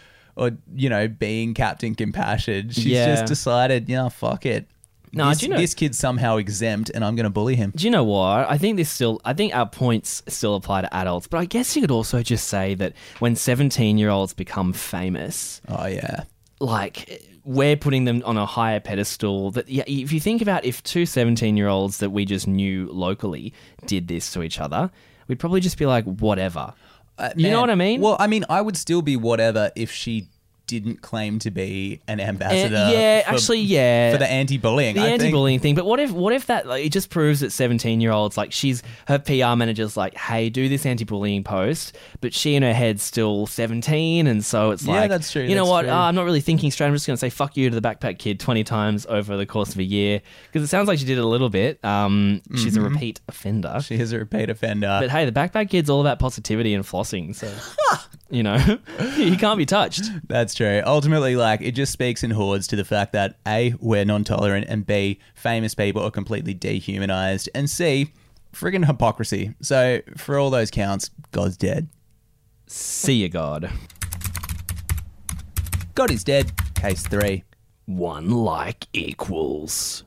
S2: or you know, being Captain Compassion, she's
S1: Yeah.
S2: just decided, yeah, fuck it.
S1: Nah,
S2: this,
S1: do you know-
S2: this kid's somehow exempt and I'm going to bully him.
S1: Do you know what? I think this still. I think our points still apply to adults, but I guess you could also just say that when seventeen-year-olds become famous,
S2: Oh, yeah.
S1: like we're putting them on a higher pedestal that yeah if you think about if two 17 year olds that we just knew locally did this to each other we'd probably just be like whatever
S2: Uh,
S1: You know
S2: man.
S1: what I mean?
S2: Well, I mean, I would still be whatever if she didn't claim to be an ambassador.
S1: Eh, yeah
S2: uh, for-
S1: actually yeah
S2: for the anti-bullying.
S1: the
S2: I think.
S1: anti-bullying thing. But what if what if that like, it just proves that 17-year-olds like she's her PR manager's like, "Hey, do this anti-bullying post," but she in her head's still 17 and so it's
S2: Yeah,
S1: like
S2: that's true,
S1: You know
S2: that's
S1: what?
S2: true.
S1: Oh, I'm not really thinking straight. I'm just going to say fuck you to the backpack kid 20 times over the course of a year because it sounds like she did it a little bit. Um, she's a repeat offender.
S2: Mm-hmm. She is a repeat offender.
S1: but hey, the backpack kid's all about positivity and flossing, so you know, he can't be touched.
S2: That's true. Ultimately, like it just speaks in hordes to the fact that a we're non-tolerant, and b famous people are completely dehumanized, and c friggin' hypocrisy. So for all those counts, God's dead.
S1: See you, God.
S2: God is dead. Case three.
S1: One like equals.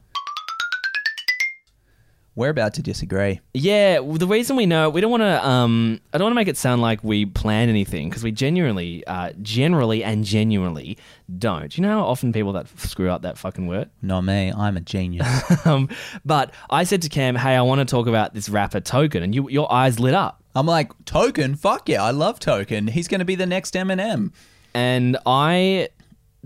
S2: We're about to disagree.
S1: Yeah, well, the reason we know we don't want to. Um, I don't want to make it sound like we plan anything because we genuinely, uh, generally, and genuinely don't. You know how often people that f- screw up that fucking word.
S2: Not me. I'm a genius.
S1: um, but I said to Cam, "Hey, I want to talk about this rapper Token," and you, your eyes lit up.
S2: I'm like Token. Fuck yeah, I love Token. He's gonna be the next Eminem.
S1: and I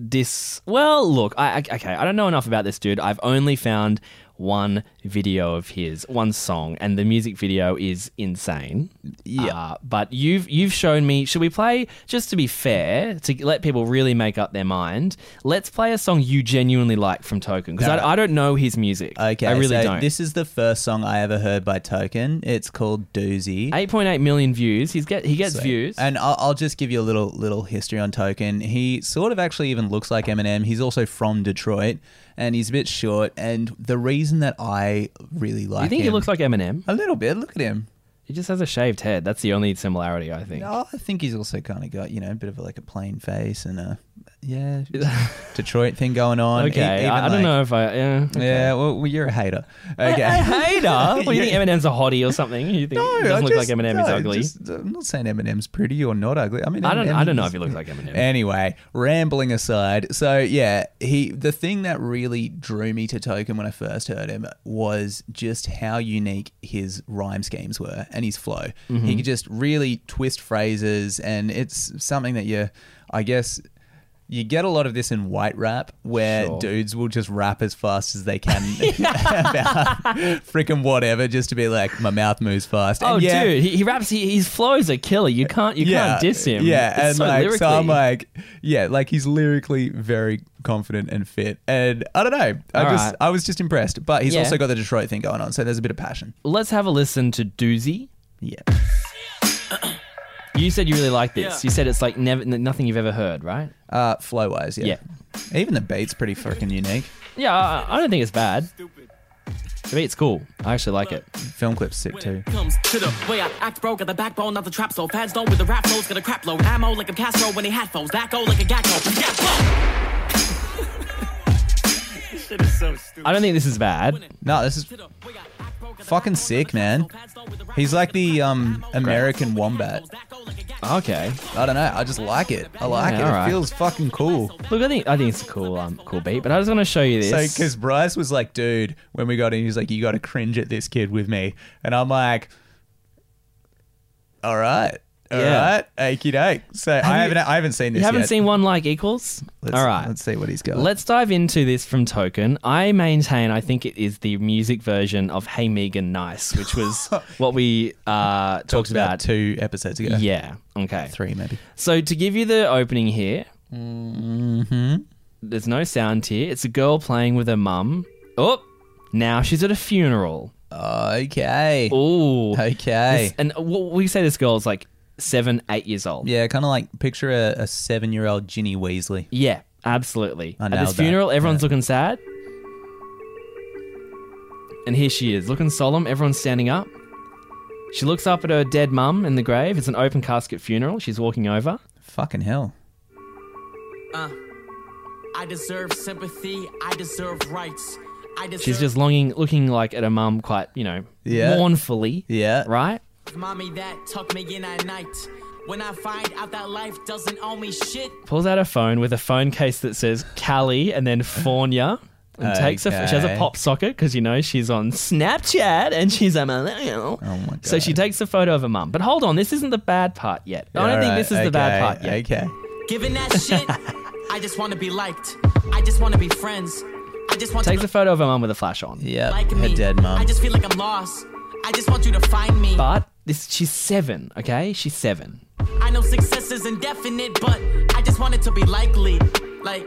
S1: dis well look I I- okay I don't know enough about this dude I've only found one video of his, one song, and the music video is insane.
S2: Yeah.
S1: Uh, but you've you've shown me. Should we play? Just to be fair, to let people really make up their mind, let's play a song you genuinely like from Token because
S2: No.
S1: I, I don't know his music.
S2: Okay,
S1: I really
S2: so
S1: don't.
S2: This is the first song I ever heard by Token. It's called Doozy.
S1: 8.8 million views. He's get he gets
S2: Sweet.
S1: views.
S2: And I'll, I'll just give you a little little history on Token. He sort of actually even looks like Eminem. He's also from Detroit, and he's a bit short. And the reason that I really like
S1: you think
S2: him,
S1: he looks like Eminem?
S2: a little bit. Look at him.
S1: He just has a shaved head. That's the only similarity I think.
S2: Oh, I think he's also kind of got you know a bit of like a plain face and a yeah Detroit thing going on. E-
S1: Okay,
S2: even
S1: I, I don't
S2: like-
S1: know if I. Yeah, okay.
S2: Yeah, well, well, you're a hater. Okay.
S1: A hater? What, do you think Eminem's a hottie or something? You think
S2: No,
S1: he doesn't
S2: I
S1: look like
S2: just-
S1: Eminem? he's
S2: no,
S1: ugly.
S2: just- uh, I'm not saying Eminem's pretty or not ugly. I mean,
S1: I don't. I
S2: Eminem
S1: don't know
S2: is-
S1: if he looks like Eminem.
S2: Anyway, rambling aside, so yeah, he the thing that really drew me to Token when I first heard him was just how unique his rhyme schemes were and his flow.
S1: Mm-hmm.
S2: He could just really twist phrases, and it's something that you, I guess. You get a lot of this in white rap where
S1: Sure.
S2: dudes will just rap as fast as they can about freaking whatever just to be like, my mouth moves fast. And
S1: oh,
S2: yeah,
S1: dude, he, he raps. He, his flows are killer. You can't. You can't diss him.
S2: yeah,
S1: It's
S2: and
S1: so
S2: like
S1: lyrically.
S2: so I'm like, yeah, like he's lyrically very confident and fit, and I don't know, I
S1: All
S2: just
S1: right.
S2: I was just impressed. But he's
S1: Yeah.
S2: also got the Detroit thing going on, so there's a bit of passion.
S1: Let's have a listen to Doozy.
S2: Yeah,
S1: You said you really like this. You said it's like never n- nothing you've ever heard, right?
S2: uh, flow wise, yeah. even the beat's pretty freaking unique.
S1: Yeah, I, I don't think it's bad. I mean, it's cool. I actually like it.
S2: Film clip's sick too.
S5: Comes to the way I act broke at the backbone of the trap so fans don't with the rap flows got a crap load ammo like a Castro when he had foes that go like a Gacko yeah, blow. Shit is so stupid.
S1: I don't think this is bad.
S2: No, this is Fucking sick, man. he's like the um American wombat.
S5: Ah.
S1: Okay.
S2: I don't know, I just like it. I like
S1: Yeah,
S2: it. It
S1: alright.
S2: feels fucking cool.
S1: Look, I think I think it's a cool um cool beat, but I just want to show you
S2: So,
S1: this.
S2: because Bryce was like, dude, when we got in, he's like, you got to cringe at this kid with me. And I'm like, all right. all right,
S1: Yeah.
S2: Okie doke. So, I, haven't, I haven't seen this
S1: you haven't
S2: yet.
S1: seen one like equals.
S2: Let's,
S1: All right.
S2: Let's see what he's got.
S1: Let's dive into this from Token. I maintain I think it is the music version of Hey Megan Nice, which was what we uh, talked,
S2: Talked about
S1: about.
S2: two episodes ago.
S1: Yeah. Okay.
S2: Three, maybe.
S1: So to give you the opening here,
S2: Mm-hmm.
S1: there's no sound here. It's a girl playing with her mum. Oh, now she's at a funeral.
S2: Okay.
S1: Ooh.
S2: Okay.
S1: This- and w- we say this girl's like seven, eight years old.
S2: yeah, kind of like picture a, a seven year old Ginny Weasley.
S1: Yeah, absolutely.
S2: I
S1: At
S2: nailed
S1: this
S2: that.
S1: funeral, everyone's looking sad. And here she is, looking solemn, everyone's standing up. She looks up at her dead mum in the grave. It's an open casket funeral. She's walking over.
S2: Fucking hell.
S5: I deserve sympathy I deserve rights I deserve
S1: She's just longing, looking like at her mum quite, you know,
S2: Yeah.
S1: mournfully.
S2: Yeah.
S1: Right?
S5: mommy that tuck me in at night when I find out that life doesn't owe me shit
S1: Pulls out her phone with a phone case that says Callie and then Faunia. And takes a, she has a
S2: Okay.
S1: pop socket because you know she's on Snapchat and she's a millennial.
S2: Oh my
S1: So she
S2: God.
S1: takes a photo of her mum. But hold on, this isn't the bad part yet. I don't think
S2: Alright,
S1: this is the bad
S2: okay,
S1: part yet.
S2: Okay.
S5: Given that shit, I just want to be liked. I just want to be friends. I just want
S1: Takes
S5: to
S1: a photo of her mum with a flash on.
S2: Yeah.
S5: like
S2: her
S5: me.
S2: dead mum.
S5: I just feel like I'm lost. I just want you to find me.
S1: But this she's seven, okay? She's seven.
S5: I know success is indefinite, but I just want it to be likely. Like,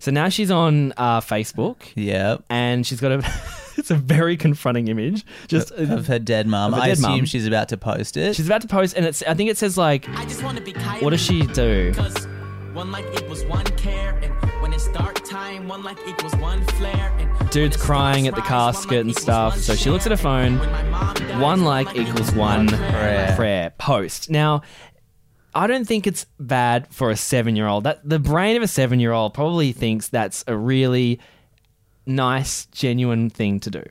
S1: So now she's on uh, Facebook
S2: yeah.
S1: and she's got a it's a very confronting image. Just
S2: Of her dead mum.
S1: Of her
S2: I
S1: dead
S2: assume
S1: mum.
S2: she's about to post it.
S1: she's about to post and it's I think it says like
S5: I just want to be Kylie.
S1: what does she do?
S5: Cause one like equals one care, and when it's dark time, one like equals one flare. And when
S1: Dude's
S5: it's
S1: crying at
S5: stars
S1: the
S5: rise,
S1: casket
S5: one
S1: and
S5: like
S1: stuff.
S5: equals
S1: So
S5: one
S1: she looks at her
S5: share,
S1: phone.
S5: and when my mom dies,
S1: One like equals one
S2: prayer.
S1: prayer post. Now, I don't think it's bad for a seven-year-old. That the brain of a seven-year-old probably thinks that's a really nice, genuine thing to do.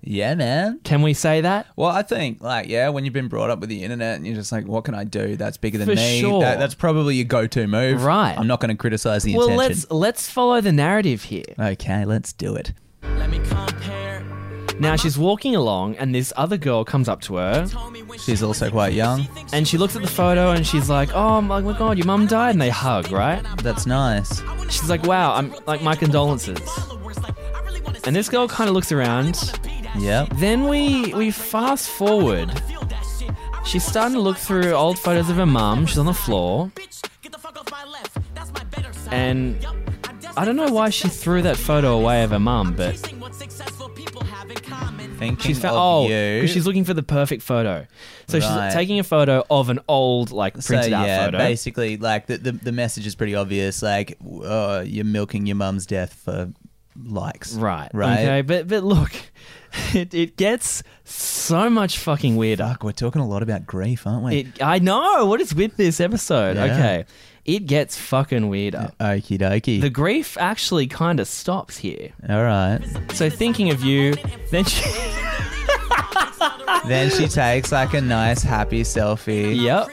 S2: yeah, man.
S1: Can we say that?
S2: Well, I think like yeah, when you've been brought up with the internet and you're just like, what can I do that's bigger than
S1: For
S2: me?
S1: sure.
S2: That, that's probably your go-to move.
S1: Right.
S2: I'm not going to criticize the
S1: Well,
S2: intention.
S1: let's let's follow the narrative here.
S2: Okay, let's do it.
S5: Let me compare.
S1: Now she's walking along, and this other girl comes up to her,
S5: Told me when
S2: She's
S5: she
S2: also
S5: was a
S2: quite young.
S1: and she looks at the photo, and she's like, "Oh my my god, your mum died," and they hug, right?
S2: That's nice.
S1: She's like, "Wow, I'm like my condolences." And this girl kind of looks around.
S2: Yep.
S1: Then we we fast forward. She's starting to look through old photos of her mum. She's on the floor, and I don't know why she threw that photo away of her mum, but
S2: Thinking
S1: she's fa-
S2: of
S1: oh,
S2: you.
S1: 'cause she's looking for the perfect photo. So
S2: Right.
S1: she's taking a photo of an old like
S2: So
S1: printed out
S2: yeah,
S1: photo.
S2: basically, like the, the the message is pretty obvious. Like, uh, you're milking your mum's death for likes.
S1: Right.
S2: Right.
S1: Okay. But but look, it, it gets so much fucking weirder.
S2: Fuck, we're talking a lot about grief, aren't we?
S1: It, I know. What is with this episode?
S2: Yeah.
S1: Okay. It gets fucking weirder.
S2: Okie dokie.
S1: The grief actually kind of stops here.
S2: All right.
S1: So thinking of you, then she,
S2: Then she takes like a nice happy selfie,
S1: yep,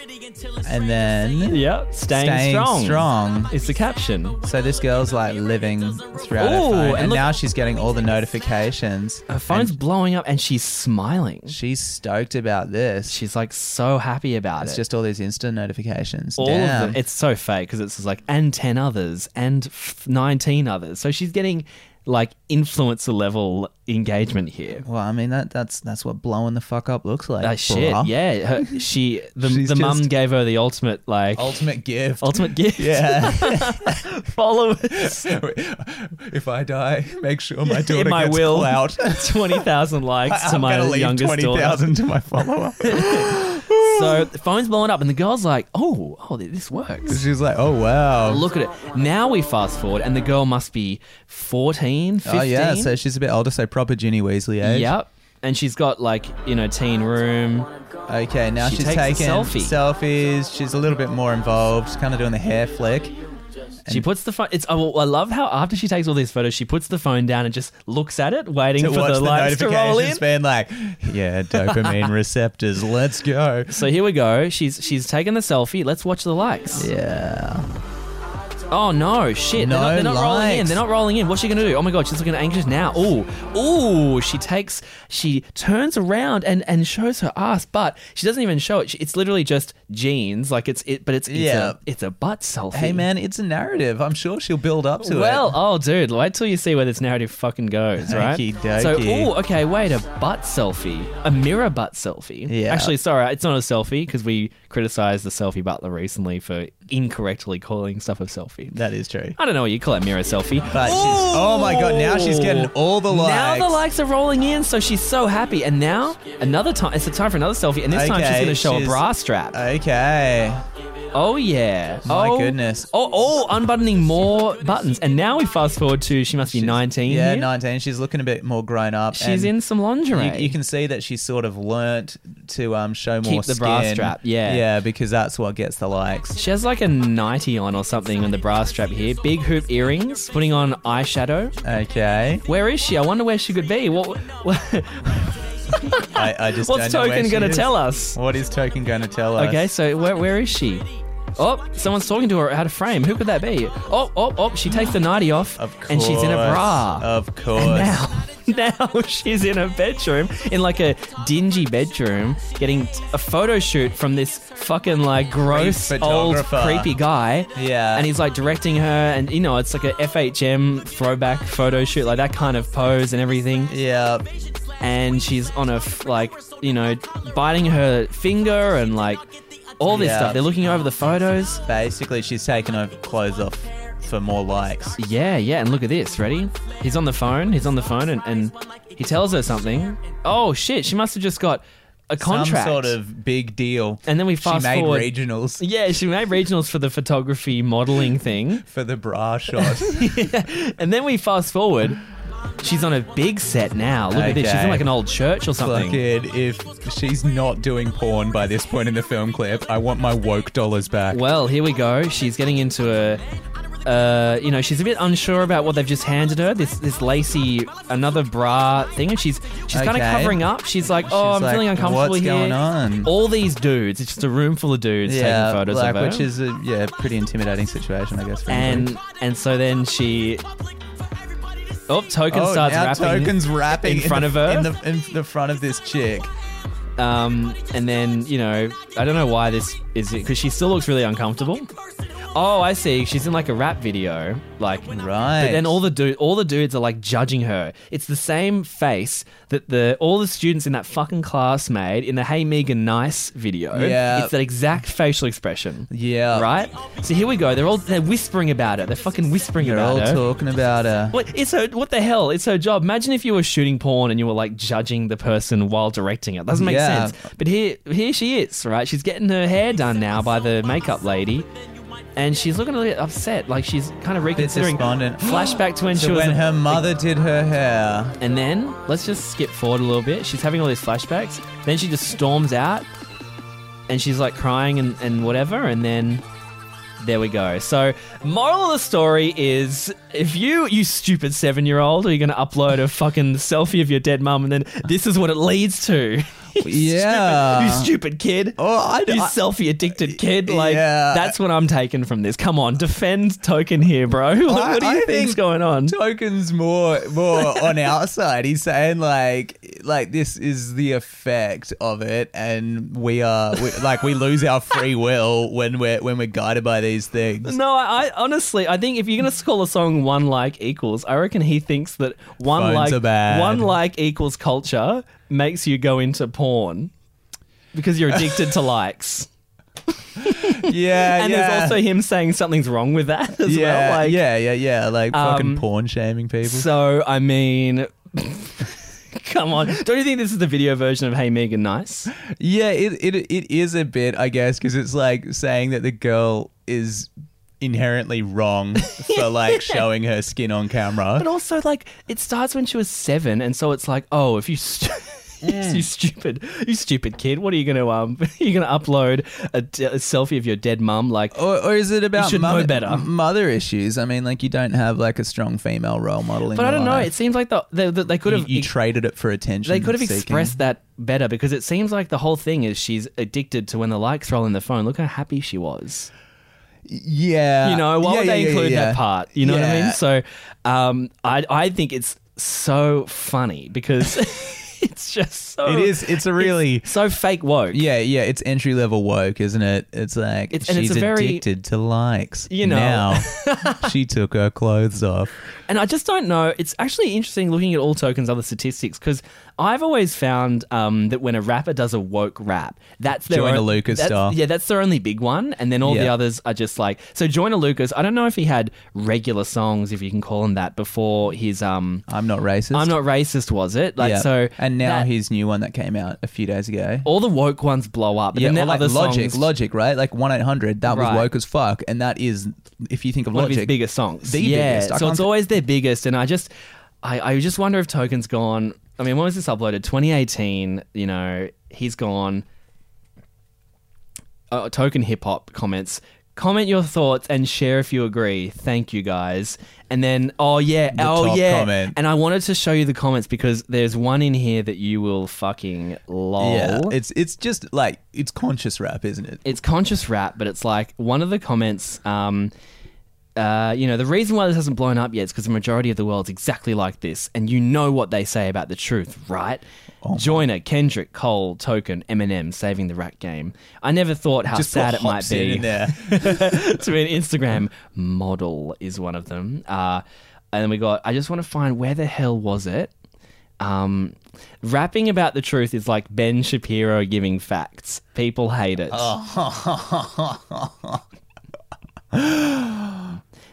S2: and then
S1: yep, staying,
S2: staying
S1: strong.
S2: strong.
S1: It's the caption.
S2: So this girl's like living throughout her
S1: Ooh,
S2: phone, and,
S1: and look-
S2: now she's getting all the notifications.
S1: Her phone's blowing up and she's smiling.
S2: She's stoked about this.
S1: She's like so happy about
S2: it's
S1: it.
S2: just all these instant notifications.
S1: all
S2: Damn.
S1: of them. It's so fake because it's just like and ten others and f- nineteen others. So she's getting like influencer level engagement here.
S2: well, I mean that that's that's what blowing the fuck up looks like.
S1: That shit.
S2: bruh.
S1: Yeah. Her, she the,
S2: She's
S1: the mum
S2: just-
S1: gave her the ultimate like
S2: Ultimate gift.
S1: ultimate gift.
S2: yeah.
S1: Followers.
S2: if I die, make sure my
S1: In my will,
S2: clout.
S1: twenty thousand likes to
S2: I'm
S1: my
S2: gonna leave
S1: youngest daughter.
S2: 20,000 to my follower.
S1: So the phone's blowing up, and the girl's like, "Oh, oh, th- this works."
S2: She's like, oh, wow.
S1: Look at it. Now we fast forward, and the girl must be 14, 15.
S2: Oh, yeah. So she's a bit older. So proper Ginny Weasley age.
S1: yep. And she's got like you know teen room.
S2: Okay. Now
S1: She
S2: she's
S1: takes a
S2: taking
S1: selfie.
S2: selfies. She's a little bit more involved. She's kind of doing the hair flick.
S1: She puts the phone. It's. Oh, I love how after she takes all these photos, she puts the phone down and just looks at it, waiting
S2: To
S1: for
S2: watch
S1: the,
S2: the,
S1: lights to roll in.
S2: notifications being like, yeah, dopamine receptors. Let's go.
S1: So here we go. She's she's taken the selfie. Let's watch the likes.
S2: Yeah.
S1: Oh no, shit!
S2: No
S1: they're not, they're not rolling in.
S2: likes.
S1: They're not rolling in. What's she gonna do? Oh my god, she's looking anxious now. Ooh, ooh! She takes, she turns around and and shows her ass, but she doesn't even show it. She- It's literally just jeans, like it's it, but it's it's,
S2: Yeah.
S1: a, it's a butt selfie.
S2: Hey, man, it's a narrative. I'm sure she'll build up to
S1: Well,
S2: it.
S1: oh, dude, wait till you see where this narrative fucking goes, right?
S2: Okey-dokey.
S1: So, oh, okay, wait, a butt selfie, a mirror butt selfie.
S2: Yeah.
S1: Actually, sorry, it's not a selfie because we criticised the selfie butler recently for incorrectly calling stuff a selfie.
S2: That is true.
S1: I don't know what you call that mirror selfie.
S2: But she's, oh my god, now she's getting all the likes.
S1: Now the likes are rolling in, so she's so happy. And now another time, it's the time for another selfie, and this time she's
S2: Okay,
S1: going to show
S2: she's-
S1: a bra strap.
S2: Okay.
S1: oh yeah!
S2: My
S1: oh,
S2: goodness.
S1: Oh, oh, unbuttoning more buttons, and now we fast forward to she must be nineteen.
S2: Yeah,
S1: here.
S2: 19. She's looking a bit more grown up.
S1: She's
S2: and
S1: in some lingerie.
S2: You, you can see that she's sort of learnt to um, show more
S1: the bra
S2: skin.
S1: strap, yeah.
S2: Yeah, because that's what gets the likes.
S1: she has like a nightie on or something on the bra strap here. Big hoop earrings, putting on eyeshadow.
S2: Okay.
S1: Where is she? I wonder where she could be. What? what
S2: I, I just
S1: what's
S2: don't know where
S1: Token
S2: she
S1: going to
S2: is.
S1: tell us?
S2: What is Token going to tell us?
S1: Okay, so where, where is she? Oh, someone's talking to her out of frame. Who could that be? Oh, oh, oh, she takes the nightie off
S2: Of course.
S1: and she's in a bra.
S2: Of course.
S1: now, now she's in a bedroom, in like a dingy bedroom, getting a photo shoot from this fucking like gross,
S2: Creep
S1: old,
S2: photographer.
S1: creepy guy.
S2: Yeah.
S1: And he's like directing her, and you know, it's like a FHM throwback photo shoot, like that kind of pose and everything
S2: Yeah.
S1: and she's on a f- like you know biting her finger and like all this
S2: Yeah.
S1: stuff. They're looking over the photos.
S2: Basically, she's taking her clothes off for more likes.
S1: Yeah, yeah, and look at this. Ready? He's on the phone. He's on the phone, and, and he tells her something. Oh shit! She must have just got a contract.
S2: Some sort of big deal.
S1: And then we
S2: she
S1: fast
S2: made
S1: forward.
S2: regionals
S1: yeah, she made regionals for the photography modeling thing,
S2: for the bra shot.
S1: and then we fast forward. She's on a big set now. Look at this. She's
S2: Okay.
S1: in like an old church or something.
S2: Fucking, if she's not doing porn by this point in the film clip, I want my woke dollars back.
S1: Well, here we go. She's getting into a. Uh, you know, she's a bit unsure about what they've just handed her. This this lacy, another bra thing, and she's she's kind
S2: Okay.
S1: of covering up. She's like, oh,
S2: She's
S1: I'm
S2: like,
S1: feeling uncomfortable
S2: "What's
S1: here.
S2: going on?"
S1: All these dudes. It's just a room full of dudes
S2: yeah,
S1: taking photos of
S2: like,
S1: her.
S2: which is a yeah pretty intimidating situation, I guess. For anybody.
S1: and and so then she. Oh, Token
S2: oh,
S1: starts
S2: now
S1: rapping.
S2: Token's rapping
S1: in front
S2: the-
S1: of her.
S2: in the, in the front of this chick.
S1: Um, and then you know, I don't know why this is because she still looks really uncomfortable. Oh, I see. She's in like a rap video, like
S2: Right.
S1: But then all the dude, all the dudes are like judging her. It's the same face that the all the students in that fucking class made in the Hey Megan Nice video.
S2: Yeah.
S1: it's that exact facial expression.
S2: Yeah.
S1: right. So here we go. They're all they're whispering about it. They're fucking whispering
S2: They're
S1: about
S2: all
S1: it.
S2: talking about her.
S1: What it's her what the hell? It's her job. Imagine if you were shooting porn and you were like judging the person while directing it. Doesn't make
S2: Yeah.
S1: sense. But here here she is, right? She's getting her hair done now by the makeup lady. And she's looking a little upset, like she's kind of reconsidering.
S2: despondent.
S1: Flashback to when she
S2: So
S1: was
S2: when
S1: a-
S2: her mother did her hair,
S1: and then let's just skip forward a little bit. She's having all these flashbacks. Then she just storms out and she's like crying and, and whatever. And then there we go. So, moral of the story is if you, you stupid seven year old, are you going to upload a fucking selfie of your dead mum? And then this is what it leads to. You
S2: Yeah.
S1: Stupid, you stupid kid.
S2: Oh, I-
S1: You
S2: I-
S1: selfie addicted kid. Like,
S2: Yeah.
S1: that's what I'm taking from this. Come on, defend Token here, bro. what,
S2: I-
S1: what do you
S2: I
S1: think's
S2: think
S1: going on?
S2: Token's more more on our side. He's saying like like this is the effect of it, and we are we, like we lose our free will when we're when we're guided by these things.
S1: No, I, I honestly, I think if you're gonna call a song "One Like" equals, I reckon he thinks that one
S2: Phones are
S1: like
S2: bad.
S1: one like equals culture makes you go into porn because you're addicted to likes.
S2: Yeah,
S1: And
S2: yeah.
S1: there's also him saying something's wrong with that as
S2: yeah,
S1: well. Like,
S2: yeah, yeah, yeah, like
S1: Um,
S2: fucking porn shaming people.
S1: So I mean. Come on. Don't you think this is the video version of Hey Megan Nice?
S2: Yeah, it, it it is a bit, I guess, because it's like saying that the girl is inherently wrong for like showing her skin on camera.
S1: But also, like, it starts when she was seven, and so it's like, oh, if you, stu-
S2: Mm.
S1: you stupid, you stupid kid, what are you gonna um, you gonna upload a, d- a selfie of your dead mum? Like,
S2: Or, or is it about
S1: should know
S2: mother,
S1: better.
S2: mother issues? I mean, like you don't have like a strong female role model. In
S1: but I
S2: your
S1: don't know.
S2: life.
S1: It seems like the, the, the they could
S2: you,
S1: have
S2: you
S1: ex-
S2: traded it for attention.
S1: they could have
S2: seeking.
S1: expressed that better because it seems like the whole thing is she's addicted to when the likes roll in the phone. Look how happy she was.
S2: Yeah,
S1: you know why
S2: Uh, yeah,
S1: would
S2: yeah,
S1: they
S2: yeah,
S1: include
S2: yeah.
S1: that part you know what i
S2: Yeah.
S1: mean so um, I, I think it's so funny because it's just so
S2: It is- it's a really-
S1: so fake woke
S2: Yeah, yeah, it's entry level woke, isn't it? It's like
S1: It's- and
S2: she's
S1: it's a very-
S2: addicted to likes.
S1: You know.
S2: now she took her clothes off.
S1: and i just don't know it's actually interesting looking at all tokens other statistics because i've always found um, that when a rapper does a woke rap that's their
S2: Joyner
S1: own-
S2: Lucas
S1: that's-
S2: style.
S1: yeah that's their only big one and then all the
S2: Yeah.
S1: others are just like so joyner lucas i don't know if he had regular songs if you can call him that before his um
S2: I'm not racist.
S1: i'm not racist was it like
S2: Yeah.
S1: so
S2: and now
S1: that-
S2: his new one that came out a few days ago.
S1: all the woke ones blow up. But
S2: yeah,
S1: then there
S2: or
S1: are
S2: like
S1: other
S2: Logic,
S1: songs,
S2: Logic, right? Like one eight hundred. That
S1: Right.
S2: was woke as fuck, and that is if you think of
S1: one
S2: Logic,
S1: of his biggest songs.
S2: The
S1: yeah,
S2: biggest. I
S1: so it's
S2: can't-
S1: always their biggest, and I just, I, I just wonder if Token's gone. I mean, when was this uploaded? 2018. You know, he's gone. Uh, Token hip hop comments. Comment your thoughts and share if you agree. Thank you guys. And then, oh yeah,
S2: The
S1: oh
S2: top
S1: yeah.
S2: comment.
S1: And I wanted to show you the comments because there's one in here that you will fucking lol.
S2: Yeah, it's it's just like it's conscious rap, isn't it?
S1: it's conscious rap, but it's like one of the comments. Um, uh, you know, the reason why this hasn't blown up yet is because the majority of the world's exactly like this, and you know what they say about the truth, right?
S2: Oh
S1: Joyner, Kendrick, Cole, Token, Eminem, saving the rat game. I never thought how
S2: Just
S1: sad
S2: put
S1: it might
S2: hops in
S1: be
S2: in there.
S1: to an Instagram model is one of them. Uh, and then we got, I just want to find where the hell was it? Um, rapping about the truth is like Ben Shapiro giving facts. People hate it.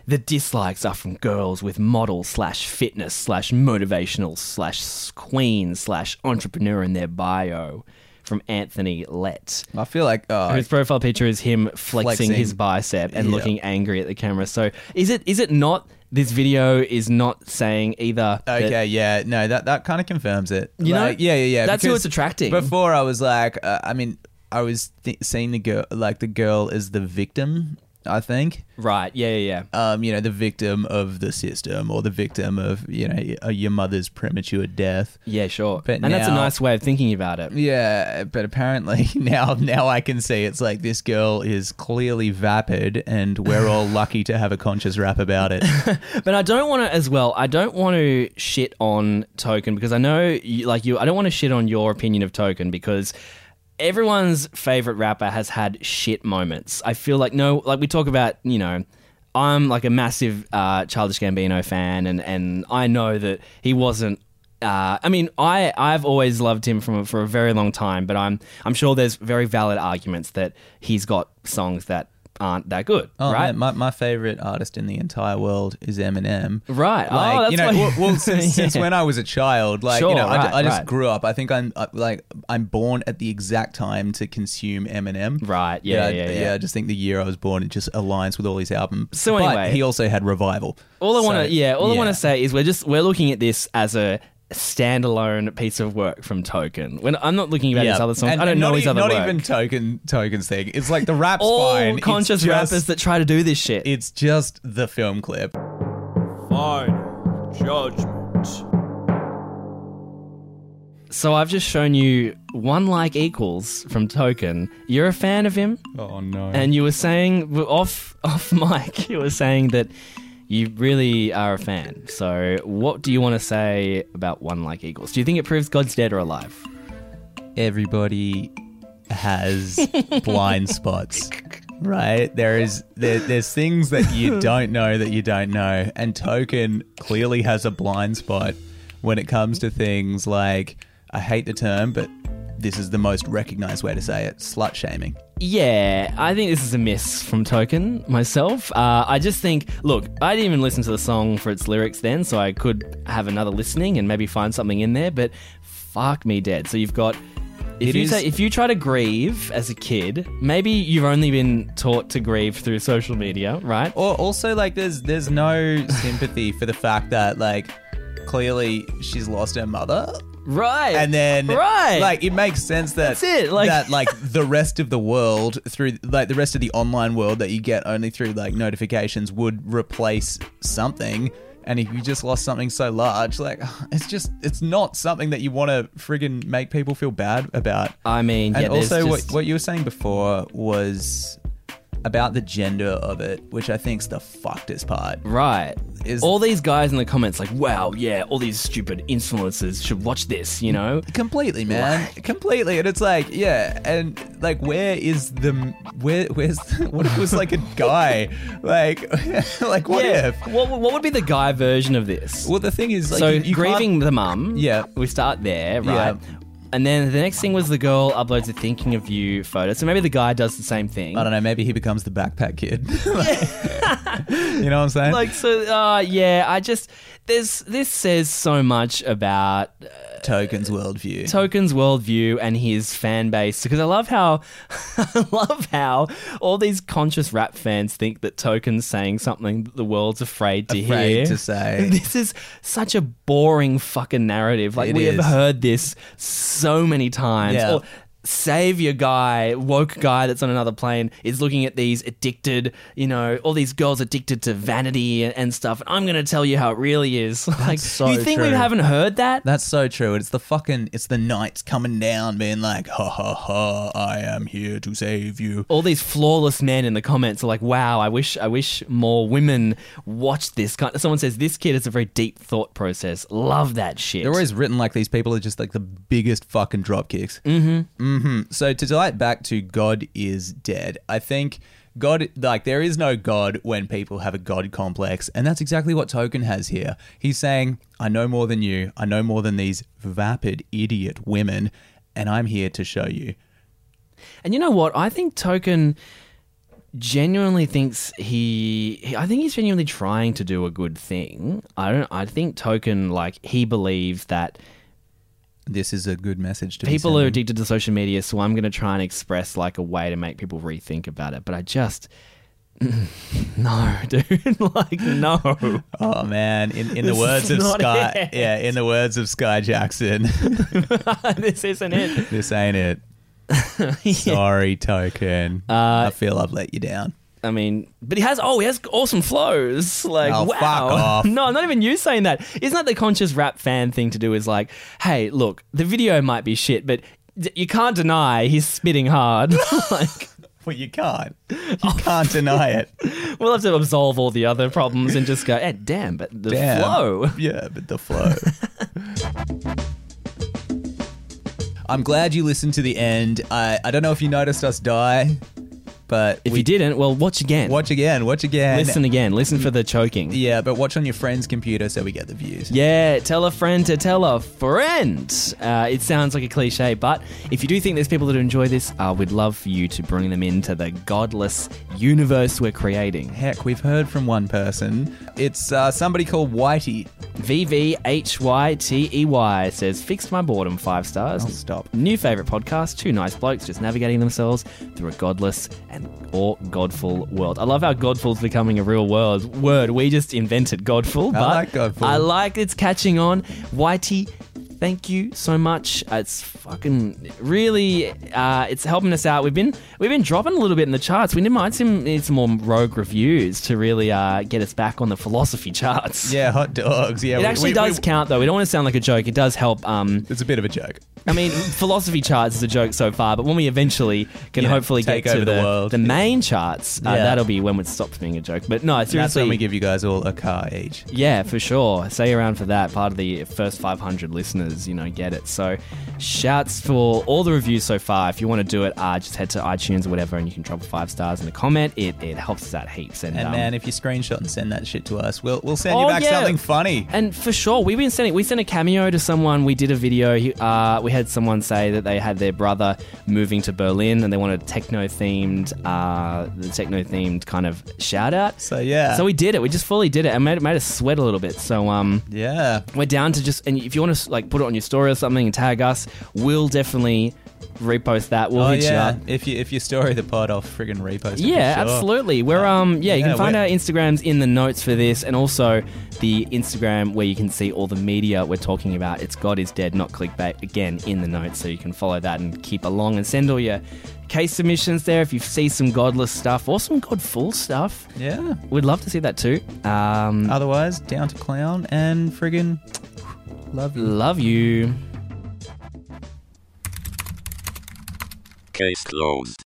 S1: the dislikes are from girls with model slash fitness slash motivational slash queen slash entrepreneur in their bio. From Anthony Lett
S2: I feel like uh,
S1: his profile picture is him flexing,
S2: Flexing.
S1: his bicep and
S2: Yeah.
S1: looking angry at the camera. So is it is it not this video is not saying either that-
S2: Okay, yeah, no, that that kind of confirms it.
S1: You know?
S2: Like, yeah, yeah, yeah.
S1: That's who
S2: because
S1: it's attracting.
S2: Before I was like, uh, I mean, I was th- seeing the girl, like the girl is the victim. I think,
S1: right, yeah, yeah, yeah.
S2: um, you know, the victim of the system or the victim of you know y- uh, your mother's premature death.
S1: Yeah, sure.
S2: But
S1: and that's a
S2: now-
S1: nice way of thinking about it.
S2: Yeah, but apparently now now I can see it's like this girl is clearly vapid, and we're all lucky to have a conscious rap about it.
S1: But I don't want to as well. I don't want to shit on Token because I know, you, like you, I don't want to shit on your opinion of Token because everyone's favorite rapper has had shit moments. I feel like no, like we talk about, you know, I'm like a massive uh, Childish Gambino fan, and and I know that he wasn't. Uh, I mean, I I've always loved him from for a very long time, but I'm I'm sure there's very valid arguments that he's got songs that aren't that good,
S2: Oh,
S1: right?
S2: man, my, my favorite artist in the entire world is Eminem.
S1: Right. Oh,
S2: Like,
S1: that's
S2: you know,
S1: why-
S2: well, well, since, since
S1: Yeah.
S2: when I was a child, like,
S1: Sure,
S2: you know, I, ju-
S1: right,
S2: I just
S1: right.
S2: grew up. I think I'm uh, like, I'm born at the exact time to consume Eminem.
S1: Right, yeah,
S2: I-
S1: yeah, yeah.
S2: I just think the year I was born, it just aligns with all his albums.
S1: So
S2: But
S1: anyway-
S2: he also had Revival.
S1: All I
S2: So,
S1: want to, yeah, all I want
S2: yeah.
S1: to say is we're just we're looking at this as a standalone piece of work from Token. When I'm not looking about his other songs,
S2: And-
S1: I don't
S2: and
S1: know
S2: not
S1: his
S2: e-
S1: other
S2: Not
S1: work.
S2: even token tokens thing. It's like the rap's
S1: all
S2: fine. It's
S1: conscious
S2: just-
S1: rappers that try to do this shit.
S2: It's just the film clip.
S6: final judgment.
S1: so I've just shown you one like equals from Token. You're a fan of him,
S2: Oh no!
S1: and you were saying off off mic, you were saying that you really are a fan. So what do you want to say about one like equals? Do you think it proves God's dead or alive?
S2: everybody has blind spots right there is there, there's things that you don't know that you don't know and token clearly has a blind spot when it comes to things like i hate the term but this is the most recognized way to say it slut shaming
S1: Yeah, I think this is a miss from Token myself. Uh, I just think, look, I didn't even listen to the song for its lyrics then, so I could have another listening and maybe find something in there, but fuck me dead. So you've got. If
S2: It
S1: you,
S2: is-
S1: ta- if you try to grieve as a kid, maybe you've only been taught to grieve through social media, right?
S2: Or also like there's there's no sympathy for the fact that like clearly she's lost her mother
S1: Right.
S2: and then
S1: Right.
S2: like it makes sense that
S1: That's it, like-
S2: that like the rest of the world through like the rest of the online world that you get only through like notifications would replace something and if you just lost something so large like it's just it's not something that you want to friggin make people feel bad about
S1: I mean,
S2: and
S1: Uh, yeah, there's
S2: also what,
S1: just-
S2: what you were saying before was about the gender of it which i think's the fuckedest part
S1: Right.
S2: Is-
S1: all these guys in the comments, like, wow, yeah, all these stupid influencers should watch this, you know?
S2: completely man completely and it's like yeah and like where is the where where's the, what if it was like a guy like like what
S1: Yeah.
S2: if
S1: What, what would be the guy version of this?
S2: well the thing is like
S1: so
S2: you, you
S1: grieving
S2: can't-
S1: the mum.
S2: Yeah.
S1: we start there, right?
S2: Yeah.
S1: And then the next thing was the girl uploads a thinking of you photo. So maybe the guy does the same thing.
S2: i don't know maybe he becomes the backpack kid Like, you know what i'm saying
S1: Like so, uh, yeah. I just there's this says so much about
S2: tokens worldview
S1: Token's worldview and his fan base because I love how I love how all these conscious rap fans think that Token's saying something that the world's afraid to
S2: Afraid
S1: hear.
S2: to say.
S1: This is such a boring fucking narrative. Like
S2: It
S1: we
S2: is.
S1: have heard this so many times.
S2: Yeah.
S1: Or savior guy, woke guy that's on another plane is looking at these addicted, you know, all these girls addicted to vanity and, and stuff. And I'm going to tell you how it really is. like
S2: so
S1: you think we
S2: true.
S1: haven't heard that?
S2: That's so true. It's the fucking, it's the knights coming down, being like, ha ha ha, I am here to save you.
S1: all these flawless men in the comments are like, "Wow, I wish, I wish more women watched this." kind-" Someone says this kid has a very deep thought process. Love that shit.
S2: They're always written like these people are just like the biggest fucking drop kicks. Mm-hmm. Mm-hmm. So to delight back to God is dead, I think God, like there is no God when people have a God complex. And that's exactly what Token has here. He's saying, I know more than you. I know more than these vapid idiot women. And I'm here to show you.
S1: and you know what? I think Token genuinely thinks he, he- I think he's genuinely trying to do a good thing. I don't. I think Token like he believes that
S2: This is a good message to be
S1: people are
S2: sending.
S1: addicted to social media, so I'm going to try and express like a way to make people rethink about it. But I just. No, dude. like, no.
S2: Oh man! In, in the
S1: This
S2: words
S1: is
S2: of
S1: not
S2: Sky,
S1: it.
S2: yeah, in the words of Sky Jackson,
S1: this isn't it.
S2: this ain't it. Sorry, Token.
S1: Uh,
S2: I feel I've let you down.
S1: I mean, but he has oh, he has awesome flows. Like
S2: Oh,
S1: wow,
S2: fuck off.
S1: no, not even you saying that. Isn't that the conscious rap fan thing to do? Is like, hey, look, the video might be shit, but d- you can't deny he's spitting hard. like,
S2: Well, you can't. You
S1: Oh.
S2: can't deny it.
S1: we'll have to absolve all the other problems and just go, eh, damn, but the
S2: Damn.
S1: flow.
S2: Yeah, but the flow. I'm glad you listened to the end. I, I don't know if you noticed us die, but
S1: If
S2: we
S1: you didn't, well, watch again.
S2: watch again, watch again.
S1: Listen again. Listen for the choking.
S2: Yeah, but watch on your friend's computer so we get the views.
S1: Yeah, tell a friend to tell a friend. Uh, it sounds like a cliche, but if you do think there's people that enjoy this, uh, we'd love for you to bring them into the godless universe we're creating.
S2: Heck, we've heard from one person. It's uh, somebody called Whitey.
S1: VVHYTEY E says, Fixed my boredom, five stars.
S2: Oh, stop.
S1: New favourite podcast, two nice blokes just navigating themselves through a godless and or godful world. I love how godful's becoming a real world word. We just invented godful, but
S2: like godful.
S1: I like it's catching on. Whitey, thank you so much. It's fucking really uh, it's helping us out. We've been we've been dropping a little bit in the charts. We might some need some more rogue reviews to really uh, get us back on the philosophy charts.
S2: Yeah, hot dogs. Yeah,
S1: It
S2: we-
S1: actually
S2: we-
S1: does
S2: we-
S1: count, though. We don't want to sound like a joke. It does help. Um,
S2: It's a bit of a joke.
S1: I mean, philosophy charts is a joke so far, but when we eventually can
S2: Yeah,
S1: hopefully
S2: take
S1: get to
S2: over the world.
S1: main charts, uh,
S2: Yeah.
S1: that'll be when it stops being a joke. But no, seriously,
S2: That's when we give you guys all a car each.
S1: yeah, for sure. Stay around for that. Part of the first 500 listeners, you know, get it. So, shouts for all the reviews so far. If you want to do it, uh, just head to iTunes or whatever, and you can drop five stars and a comment. It it helps us out heaps. And,
S2: And
S1: um,
S2: man, if you screenshot and send that shit to us, we'll we'll send you
S1: Oh,
S2: back
S1: yeah.
S2: something funny.
S1: And for sure, we've been sending. We sent a cameo to someone. We did a video. he- Uh, we had someone say that they had their brother moving to Berlin and they wanted a techno themed, uh, the techno themed kind of shout out.
S2: So yeah.
S1: So we did it. We just fully did it and made made us sweat a little bit. So um,
S2: yeah.
S1: we're down to just. And if you want to like put it on your story or something and tag us, we'll definitely repost that. We'll
S2: Oh
S1: hit you up.
S2: yeah. If you if you story the pod, I'll friggin' repost. it for
S1: Yeah,
S2: sure.
S1: absolutely. We're um yeah, you
S2: yeah,
S1: can find
S2: we're-
S1: our Instagrams in the notes for this and also the Instagram where you can see all the media we're talking about. It's God is dead, not clickbait again in the notes so you can follow that and keep along and send all your case submissions there if you see some godless stuff or some godful stuff.
S2: Yeah.
S1: We'd love to see that too. Um
S2: Otherwise, down to clown and friggin' love you.
S1: love you.
S7: Case closed.